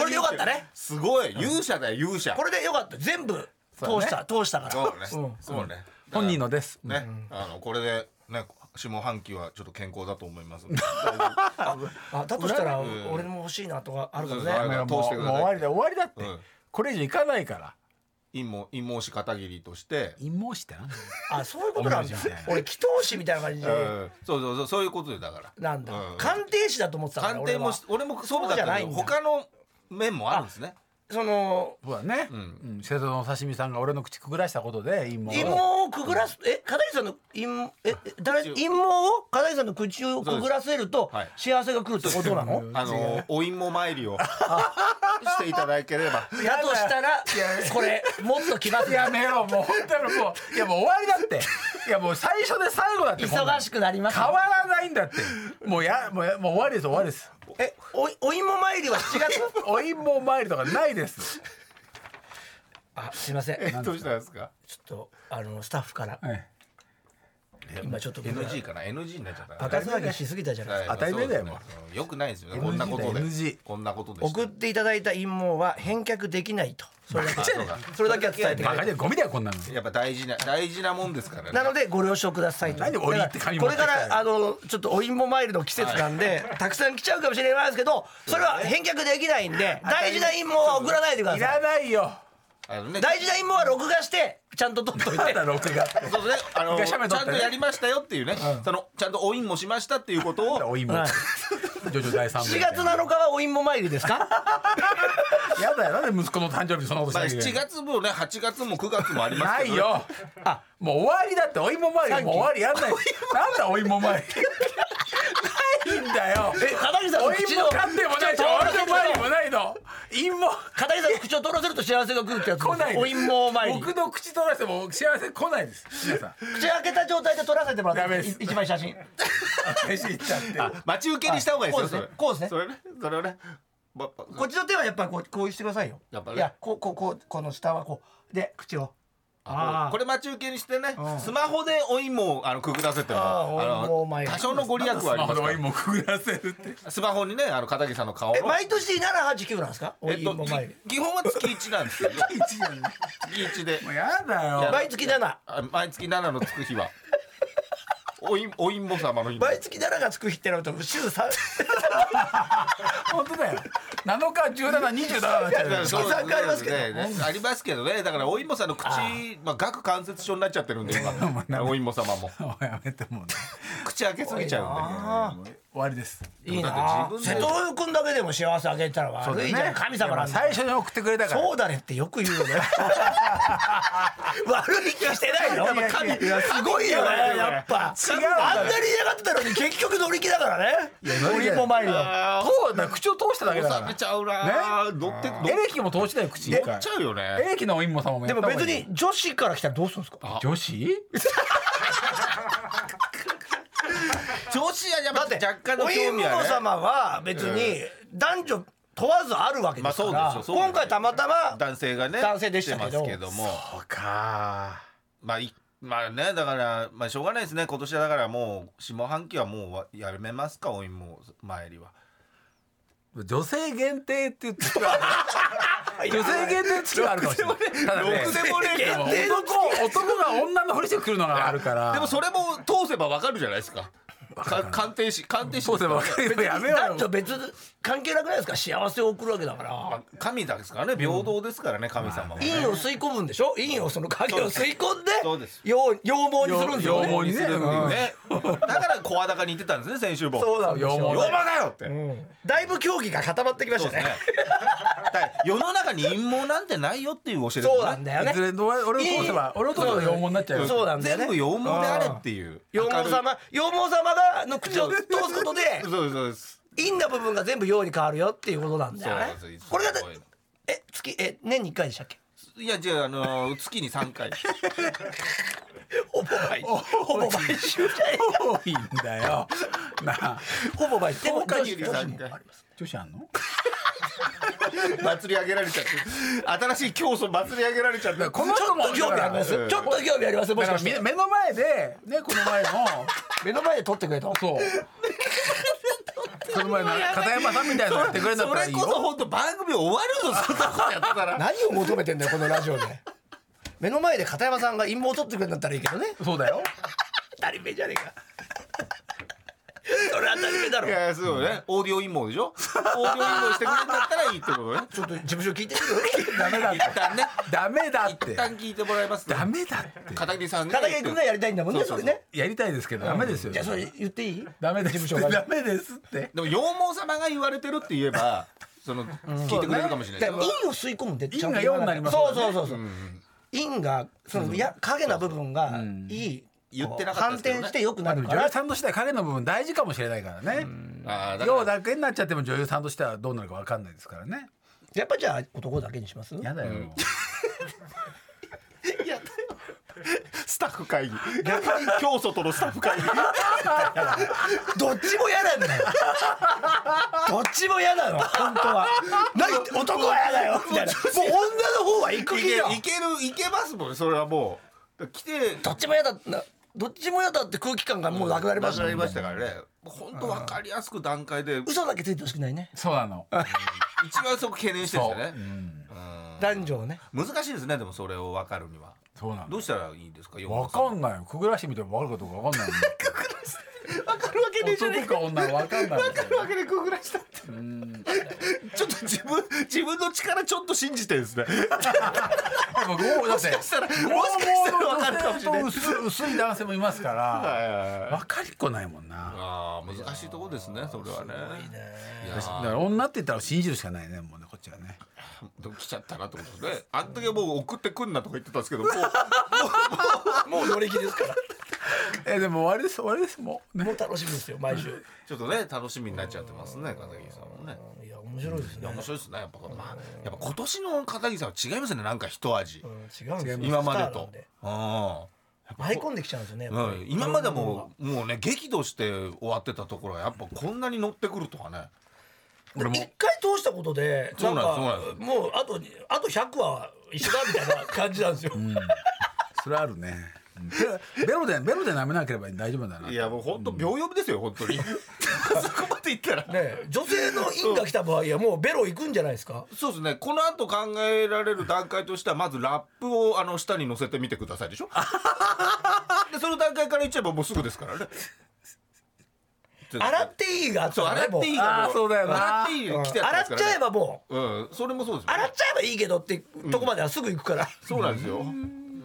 B: れでよかったね
C: すごい勇者だよ勇者
B: これでよかった全部通した、通したから
C: そうねそうね
D: 本人のです
C: だからねあのこれでね下半期はちょっと健康だと思いますんで
B: あだとしたら俺も欲しいなとかあるかもね、
C: うん
D: もう
C: 通してください
D: もう終わりだ終わりだって、
C: うん
D: これ以上いかないから
C: 陰謀陰謀師片桐として
D: 陰謀してな
B: あそういうことなんだ
D: 同じよね
B: 俺祈祷師みたいな感じ
C: うんそうそうそうそういうことでだから
B: なんだ、
C: う
B: 鑑定士だと思ってたから
C: 鑑定もし俺もそうだっ
B: そうじゃ
C: た
B: な
C: け
B: いん
C: ど
B: だ
C: 他の面もあるんですね
B: 俺はその
D: そうだね、うんん、瀬戸の刺身さんが俺の口くぐらしたことで陰謀
B: 陰謀をくぐらすえ片桐さんの陰ええ誰
C: 口を
B: 陰謀を片桐さんの口をくぐらせると
C: そうです
B: 幸せが来るってことなの
C: あのお陰謀参りをしていただければ
B: だとしたらこれもっと来 ます
D: やめろもう本当にもういやもう終わりだっていやもう最初で最後 だってこんなの
B: 忙しくなります
D: 変わらないんだってもうやもうやもう終わりです終わりです
B: えおお芋参りは7月
D: お陰謀参りとかないです
B: あすいませんちょっ
C: どうしたんですか
B: とあのスタッフから
D: はい
B: 今ちょっと
C: NG かな NG になっちゃった
B: バカ騒ぎしすぎたじゃないですか
D: 当たり前だよもう
C: よくないですよねこんなことで
D: NG
C: こんなことでした
B: 送っていただいた陰謀は返却できないとそれだけ
C: そうか
B: それだけは伝えてく
D: バ
B: れ
D: カでゴミだよこんなの
C: やっぱ大事な大事なもんですからね
B: なのでご了承くださいと。
D: なんで折り入って紙持
B: こ
D: っ
B: れ
D: てきた
B: か
D: の
B: らあのちょっとお芋参りの季節なんで、たくさん来ちゃうかもしれないですけど、それは返却できないんで、大事な陰謀は送らないでくだ
D: い
B: さ
D: ら
B: い。
D: ないよ
C: あのね
B: 大事な陰謀は録画してちゃんと撮っとい
D: ま
B: て。
D: だ 録画
C: そうですねあの
D: 一回
C: ち
D: 写メ撮っ
C: ゃ
D: て
C: ん
D: ね
C: とやりましたよっていうねそのちゃんとおインもしましたっていうことを
D: お陰謀
B: はい
D: ジョジョ第三部
B: 4月7日はお芋参りです か？
D: やだよなんで息子の誕生日にそんなことし
C: まあ
D: なきゃいけ
C: 7
D: ない
C: 月もね8月も9月もあります
D: な
C: けど
D: いよあもう終わりだってお芋参りもう終わりやんないなんだお芋参りないんだよ
B: 片桐さん
D: お
B: の口
D: 芋
B: の
D: 買ってもないし
B: 口を通らせ
D: お芋参りもないの陰謀
B: 片桐さんの口を取らせると幸せが来るってやつ。
D: 来ない
B: お芋参り。
D: 僕の口取らせても幸せ来ないです皆さん
B: 口開けた状態で撮らせてもら
D: ダ
B: っ
D: メで
B: てい
D: す
B: 一枚写真。
D: 飯行っちゃって
C: あ待ち受けにした方がいいですよ
B: はいこうですね
C: それそれそれをねばば
B: こっちの手はやっぱこうこうしてくださいよ。
C: やっぱね
B: いやこうこうこうこの下はこうで口を。
C: あこれ待ち受けにしてね、スマホでお芋をあのくぐらせても
B: あー
C: あ
B: お芋
C: の
B: 前
C: 多少のご利益はあり
D: ま
C: ます
D: だ
C: か
D: お芋くぐらせるって
C: らスマホにねあの片桐さんの顔の
B: え毎年789なんですか？お
C: えっと
B: 芋参り。
C: き基本は月1なん ですよ
D: 一年
C: 月1で
D: もうやだよ
B: 毎月7。
C: あ毎月7のつく 日はおいお芋様の日
B: 毎月7がつく日ってなると週3
D: 本当だよ7日1727になっちゃうよ
C: そう
B: 月三回ありますけど
C: ねねありますけどねだからお芋さんの口まあ顎関節症になっちゃってるん で今お芋様も
D: もうやめてもうね
C: 口開けすぎちゃうんで
D: もう終わりです
B: いい
C: だ
B: な
C: って自
B: 瀬
C: 分で
B: 戸君だけでも幸せあげたら
D: そう
B: 悪
D: だね
B: いじゃん神様なんだ
D: 最初に送ってくれたから
B: そうだねってよく言うよね悪い気してないよ
D: いやいやいやいや
B: すごいよねやっぱ
D: 違うんだよ
B: あんなに嫌がってたのに結局乗り気だからね
D: 乗り気
B: 俺も前よ
D: そうだ口を通しただけだ
C: 食
D: か
C: べちゃうなー乗って乗
D: らエレキも通したよ口一
C: っ
D: 回
C: ちゃうよね
D: エレキのお芋さんも
B: で
D: やった
B: も
D: 方がいい
B: 別に女子から来たらどうするんですか
D: 女子
C: 調子はやっ
B: だって
C: ぱ若干の
B: お
C: 興
B: 芋
C: 味はね
B: 様は別に男女問わずあるわけですか
C: まあそう
B: ら
C: ですよそうですよ
B: 今回たまたま
C: 男性がね
B: 男性でしたけど
C: 来てますけども
D: そうか
C: まあいまあねだからまあしょうがないですね今年はだからもう下半期はもうわやめますかお芋参りは
D: 女性限定って言ってたら 女性限定って言あるかもしれないただ
C: ろ
D: ね
C: くでもねえ
D: でも男男が女のふりしてくるのがあるから
C: でもそれも通せばわかるじゃないですかか鑑定士鑑定士
D: そうでも分かるよやめろよ
B: 男女別関係なくないですか幸せを送るわけだから
C: まあ神だですからね平等ですからね神様はね
B: 陰を吸い込むんでしょ陰をその影を吸い込んで
C: そうです
B: 羊羊毛にするんですよ、
D: 羊
B: ね
D: 毛、にするんだよね
C: ねだから声高に言ってたんですね先週も
B: そうなん
D: 羊
B: ですよ
D: 毛
C: 妖魔だよって
B: だいぶ競技が固まってきまし
C: そう
B: た
C: ですね
B: ね
C: だから世の中に陰謀なんてないよっていう教えですね
B: そうなんだよね
D: いずれ俺を通せば俺を通せば羊毛になっちゃうよ
B: そうなんだよね
C: 全部羊毛であれっていう
B: 羊毛様羊毛様が者の口を通すことで
C: そうですそうです
B: 陰な部分が全部陽に変わるよっていうことなんだよね
C: そうです
B: これがだえ月え年に1回でしたっけ
C: いやじゃああのー月に三 回
B: ほぼ毎週ほぼ毎週じゃねえか
D: 多いんだよ。なあ、
B: ほぼ毎週でも
C: 10日に
B: 女子
C: 3
B: も
C: 回
B: あります
D: 女子あんの？
C: 祭り上げられちゃって新しい競争祭り上げられちゃって
D: こ
B: ちょっと興味あります
D: だ
B: ちょっと興味ありますもし
D: か
B: からして
D: 目目の前でねこの前の
B: 目の前で撮ってくれた
D: そう。この前の片山さんみたいなのやってくれるんだっ
C: そ
D: たら
C: れ
D: いい
C: こそ
D: よ。
C: 本当番組終わるぞそんなことやったら
B: 何を求めてんだよこのラジオで目の前で片山さんが陰謀を取ってくれるんだったらいいけどね
D: そうだよ。
B: 当たり前じゃねえかそれ当たり前だろ
C: いやそうねオーディオ陰謀でしょオーディオ陰謀してくれるんだったらいいってことね
B: ちょっと事務所聞いてみる
D: ダメだっ て
C: 一。旦ね
D: ダメだっ
C: 一
D: て。
C: 旦聞いてもらいます
D: ダメだって。
C: 片桐さんが
B: 片桐君がやりたいんだもんね
C: そ
B: そう
C: そうそ
B: れ
C: う
B: ね
D: やりたいですけどダメですよ
B: じゃ。あそれ言っていい
D: ダメです。
B: 事務所が
D: ダメですって。
C: でも羊毛様が言われてるって言え ばその聞いてくれるかもしれない
B: 陰
C: けど
B: を吸い込むんでちゃんと
D: 陰が陽になりますもん
B: そう
D: ね
B: そうそうそう陰がそのや影な部分がいいこう
C: 言ってなかったで
B: 反
C: すけどね
B: 転して良く
D: ま
B: な
D: あで
B: る
D: も
B: か
D: 女優
B: ら
D: さんとしては影の部分大事かもしれないからね。
C: あーだから
D: 要だけになっちゃっても女優さんとしてはどうなるかわかんないですからね。
B: やっぱじゃあ男だけにします
D: やだよ。
C: スタッフ会議逆に教祖とのスタッフ会議
B: どっちも嫌なんだよ。どっちも嫌なの、本当は。何男は嫌だよ、みたいな。もう女の方は行く
C: い
B: 気
C: け
B: じゃん。
C: いけるいけますもんそれはもう来て
B: どっちも嫌だな、どっちも嫌だって空気感がもうなくなりました
C: な
B: も
C: り
B: んね、
C: ましたからね本当分かりやすく段階で
B: 嘘だけついてほしくないね。
D: そうなの。
C: 一番そこ懸念してるんですよね
B: 男女をね。
C: 難しいですねでもそれを分かるには
D: そうなの
C: ど。うしたらいいんですか
D: わかんないよ。くぐらしてみてもわかるかどうかわかんないもん。
C: 分かるわけ
D: 男か女はわかんないもん。
C: わけでくぐらしたってちょっと自分自分の力ちょっと信じてるんですね
D: 僕もうだって。もしか
C: したらもしかしたら分かるかもしれない
D: 薄薄い男性もいますから。
C: あ
D: わかりっこないもんな。
C: あー難しいとこですねそれはねいや
D: だから女って言ったら信じるしかないねもうねこっちはね。
C: でも来ちゃったなってことですねあん時はもう送ってくんなとか言ってたんですけどもう
B: もう乗り気ですから。
D: えでも終わりです終わりですもう。
B: もう楽しみですよ、毎週。
C: ちょっとね楽しみになっちゃってますね片桐さんもね
B: いや、面白いです
C: いや
B: ね。
C: 面白いですねやっぱこれまあやっぱ今年の片桐さんは違いますねなんか一味、
B: うん違うんですよ
C: 今まで
B: スターな
C: と
B: ん
C: う
B: 舞い込んできちゃうんですよね。やっ
C: ん
B: ぱ
C: う
B: り
C: ん、今までももうね激怒して終わってたところはやっぱこんなに乗ってくるとはね
B: でも一回通したことで
C: そうなんです
B: か
C: そうなんで
B: もうあとあと100は一緒だみたいな感じなんですよ。
D: それはあるね。うんベロでベロで舐めなければ大丈夫だな。
C: いやもう本当秒読みですよ本当にあ そこまでいったら
B: ねえ女性の陰が来た場合はもうベロ行くんじゃないですか
C: そうですねこの後考えられる段階としてはまずラップをあの下に乗せてみてくださいでしょでその段階から言っちゃえばもうすぐですからね
B: 洗っていいがあった
C: そう
B: らね
C: 洗っていい
B: も
C: が
D: あーそうだよな
C: 洗っていいが
B: う
C: 来て
B: 洗っちゃえばも
C: ばうんそれもそうです
B: う
C: よね
B: 洗っちゃえばいいけどってとこまではすぐ行くから、
C: そうなんですよ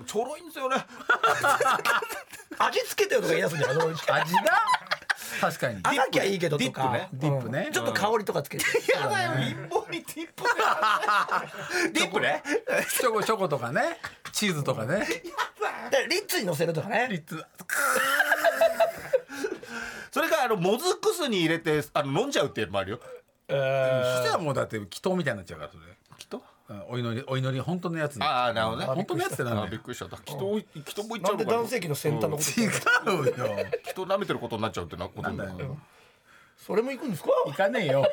C: ちょろいんですよね
B: 味付けてよとか言い出すんじゃないの味
D: 味が確かに。
B: 洗きゃいいけどとか
C: ディップ
D: ねディップね
B: うんちょっと香りとかつけて、
C: やだよ陰謀にディップディップね
D: チョコチョコとかねチーズとかね。
B: だからリッツに乗せるとかね
C: それからあのもずく酢に入れてあの飲んじゃうっていうのもあるよ
B: えー
D: そしたらもうだって祈祷みたいになっちゃうからそれ。
C: きっと
D: うんお祈りお祈り本当のやつね。
C: ああなるほどね
D: 本当のやつってなんだ
C: あ
D: よ
C: びっ。くりしちゃったきっときっともいっち
B: な
C: ゃうんの
B: で
C: かな
B: 男性器の先端のこと、
D: 違うよ。
C: きっと舐めてることになっちゃうってなことになる
D: なんだよ
B: それも行くんですか
D: 行かねえよ。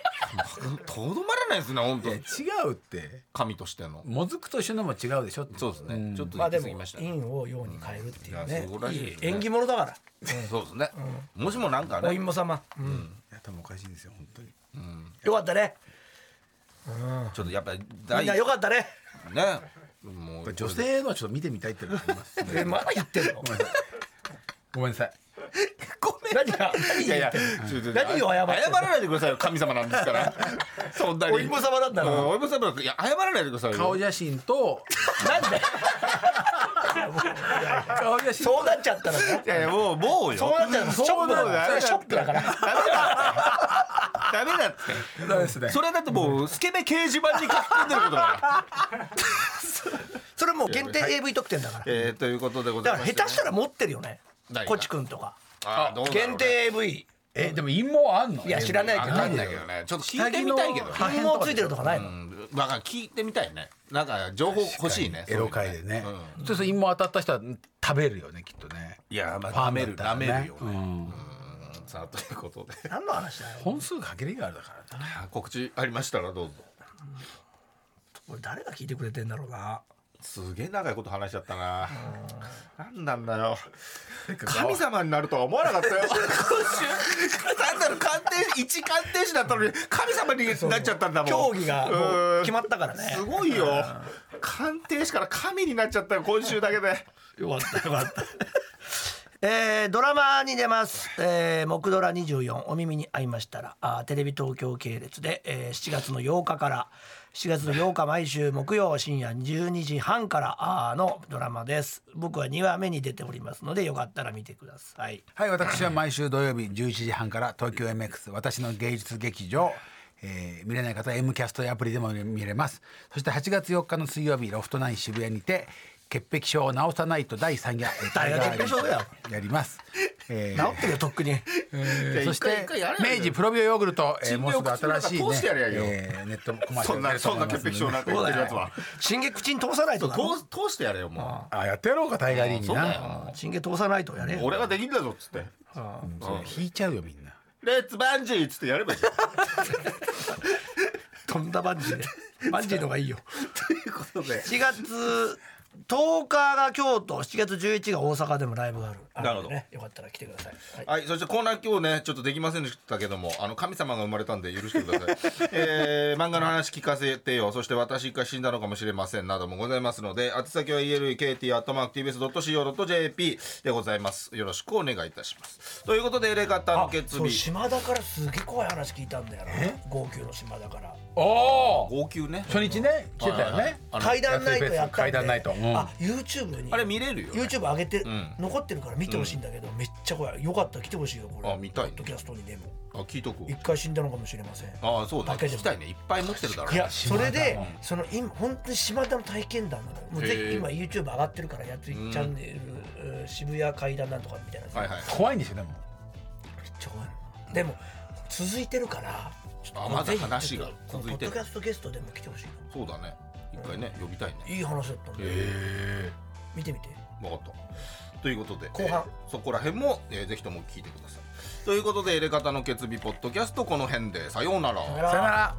C: とどまらないですね本
D: い
C: 当
D: や
C: に
D: 違うって。
C: 神としての
D: もずくと一緒のも違うでしょって
C: そうですねちょっと
B: ま
C: 行
B: あで
C: き
B: も
C: 過ぎましたね
B: 陰を陽に変えるっていう
C: いや
B: ね
C: そうらしいですね
B: いい縁起物だから
C: そうですねもしもなんか
B: お
C: ね
B: 陰も様、うん
D: 頭おかしいんですよ本当に
B: よかったね
C: ちょっとやっぱり
B: みんなよかった ね
C: ねもう
D: 女性のちょっと見てみたいっていうのがあります
B: えまだ言ってんの
D: ごめんなさい
C: ごめん
B: 何が何
C: いやいや
B: 言ってんの
C: ちょっと
B: 何を謝ってん
C: 謝
B: の
C: らないでくださいよ神様なんですから そんなに
B: お芋様なんだな
C: うんお芋様いや謝らないでくださいよ
D: 顔写真と
B: なん で
D: 顔写真
B: そうなっちゃった らね
C: いやいやもうもうよ
B: そうなっちゃうのショックだからそれショックだから
C: ダメだって
D: ダメですね
C: それだってもうスケベ掲示板に書き込んでることだから
B: それもう限定 AV 特典だから
C: えーということでござ
B: だ
C: い
B: か
C: ま
B: ら
C: す
B: 下手したら持ってるよね
C: 何が
B: こちくんとか
C: あどうだろうね
B: 限定 AV
D: えでも陰謀あんの
B: いや知らないけ
C: わ
B: ど
C: かんないけどねちょっと聞いてみたいけどね
D: 下着の
B: 金もついてるとかないの、
C: うんまあ聞いてみたいねなんか情報欲しいね
D: エロ界でね
C: そういうの
D: ちょっと陰謀当たった人は食べるよねきっとね
C: いやまあ
D: ファ
C: ダ
D: ンだ
C: メ
D: っ
C: る
D: たら
C: ダ
D: ね
C: メるよ
D: う
C: ね
D: ん
C: さあということで
B: 何の話だよ
D: 本数限りがあるだからな
C: 告知ありましたらどうぞ
B: これ誰が聞いてくれてんだろうな
C: すげえ長いこと話しちゃったな何なんだよ神様になるとは思わなかったよ今週単なる鑑定一鑑定士だったのに神様になっちゃったんだもん
B: 競技がもう決ま
C: っ
B: ったからね
C: すごいよ鑑定士から神になっちゃったよ今週だけで
B: よかったよかった。 えードラマに出ます、えー、木ドラ24お耳に合いましたらあーテレビ東京系列で、えー7月の8日から7月の8日毎週木曜深夜12時半からあーのドラマです僕は2話目に出ておりますのでよかったら見てください
D: はい私は毎週土曜日11時半から東京 MX 私の芸術劇場えー見れない方は M キャストやアプリでも見れますそして8月4日の水曜日ロフトナイン渋谷にて潔癖症を治さないと第3夜えー
B: 誰が潔癖症だよ
D: やります、え
B: 治ってるよとっくに
C: じゃあ
D: そ
C: 一
D: して
C: 回一回やれよ
D: 明治プロビオヨーグルト、えー、
C: 陳
D: もう
C: 列
D: すぐ新し
C: 口
D: い、
C: の中通
D: ね
C: してやれやよ
D: えーネットコマーシ
C: そ
D: ャル
C: ん
D: 出
C: な
D: ると
C: そん
D: 思い
C: な
D: ます
C: 潔癖症なんか言ってるやつは
B: チンゲ口に通さないとだ
C: 通通してやれよも
D: あやってやろうかタイガーリー
C: う
D: に
C: そうだよ
D: な
B: チンゲ通さないとやれ
C: もう俺ができんだぞっつって
D: そう引いちゃうよみんな
C: レッツバンジーっつってやればいい じゃん
B: 飛んだバンジーでバンジーの方がいいよ
C: ということで
B: 7月10日が京都7月11日が大阪でもライブがある
C: なるほど
B: あのでねよかったら来てください、はい
C: はい、そしてコーナー今日ね、ちょっとできませんでしたけども、あの、神様が生まれたんで許してくださ い。えー、漫画の話聞かせてよ、そして私が死んだのかもしれませんなどもございますので、宛先は elekt.tvs.co.jp でございます。よろしくお願いいたします。ということで、エレガタの決
B: そう
C: 日。
B: 島田からすげえ怖い話聞いたんだよな号泣の島田から
D: おお
C: 号泣ね。
D: 初日ね来てたよね
C: あの
B: 階段ナイトやったんで
D: 階段ナイトうん
B: あ YouTube に
C: あれ見れるよね、
B: YouTube 上げて、
C: ん
B: 残ってるから見てほしいんだけど、めっちゃ怖いよかったら来てほしいよこれ
C: あ見たいね
B: ポッドキャストにでも
C: あ、聞いとくわ
B: 一回死んだのかもしれません
C: ああ、そうだ。
B: だけ
C: 聞
B: じゃ
C: きたいね。いっぱい持ってるだろう
B: い
C: ね
B: やそれで
D: 島
B: その今本当に島田の体験談なのもうぜ
C: へえ
B: ひ今 YouTube 上がってるからやついチャンネル、うん渋谷階段なんとかみたいなさ、
C: はいはい。
D: 怖いんですよでも
B: めっちゃ怖いのでも続いてるからちょっと
C: あまだ
B: ぜひ
C: 話が
B: ちょっとこの
C: 続いてる
B: ポッドキャストゲストでも来てほしい
C: そうだね。一回ね、呼びたいね。
B: のいい話だったんで、
C: え
B: 見てみて
C: 分かったということで
B: 後半
C: えーそこら辺も、えーぜひとも聞いてくださいということで「エレカタの決日ポッドキャスト」この辺でさようなら
B: さよなら
D: ら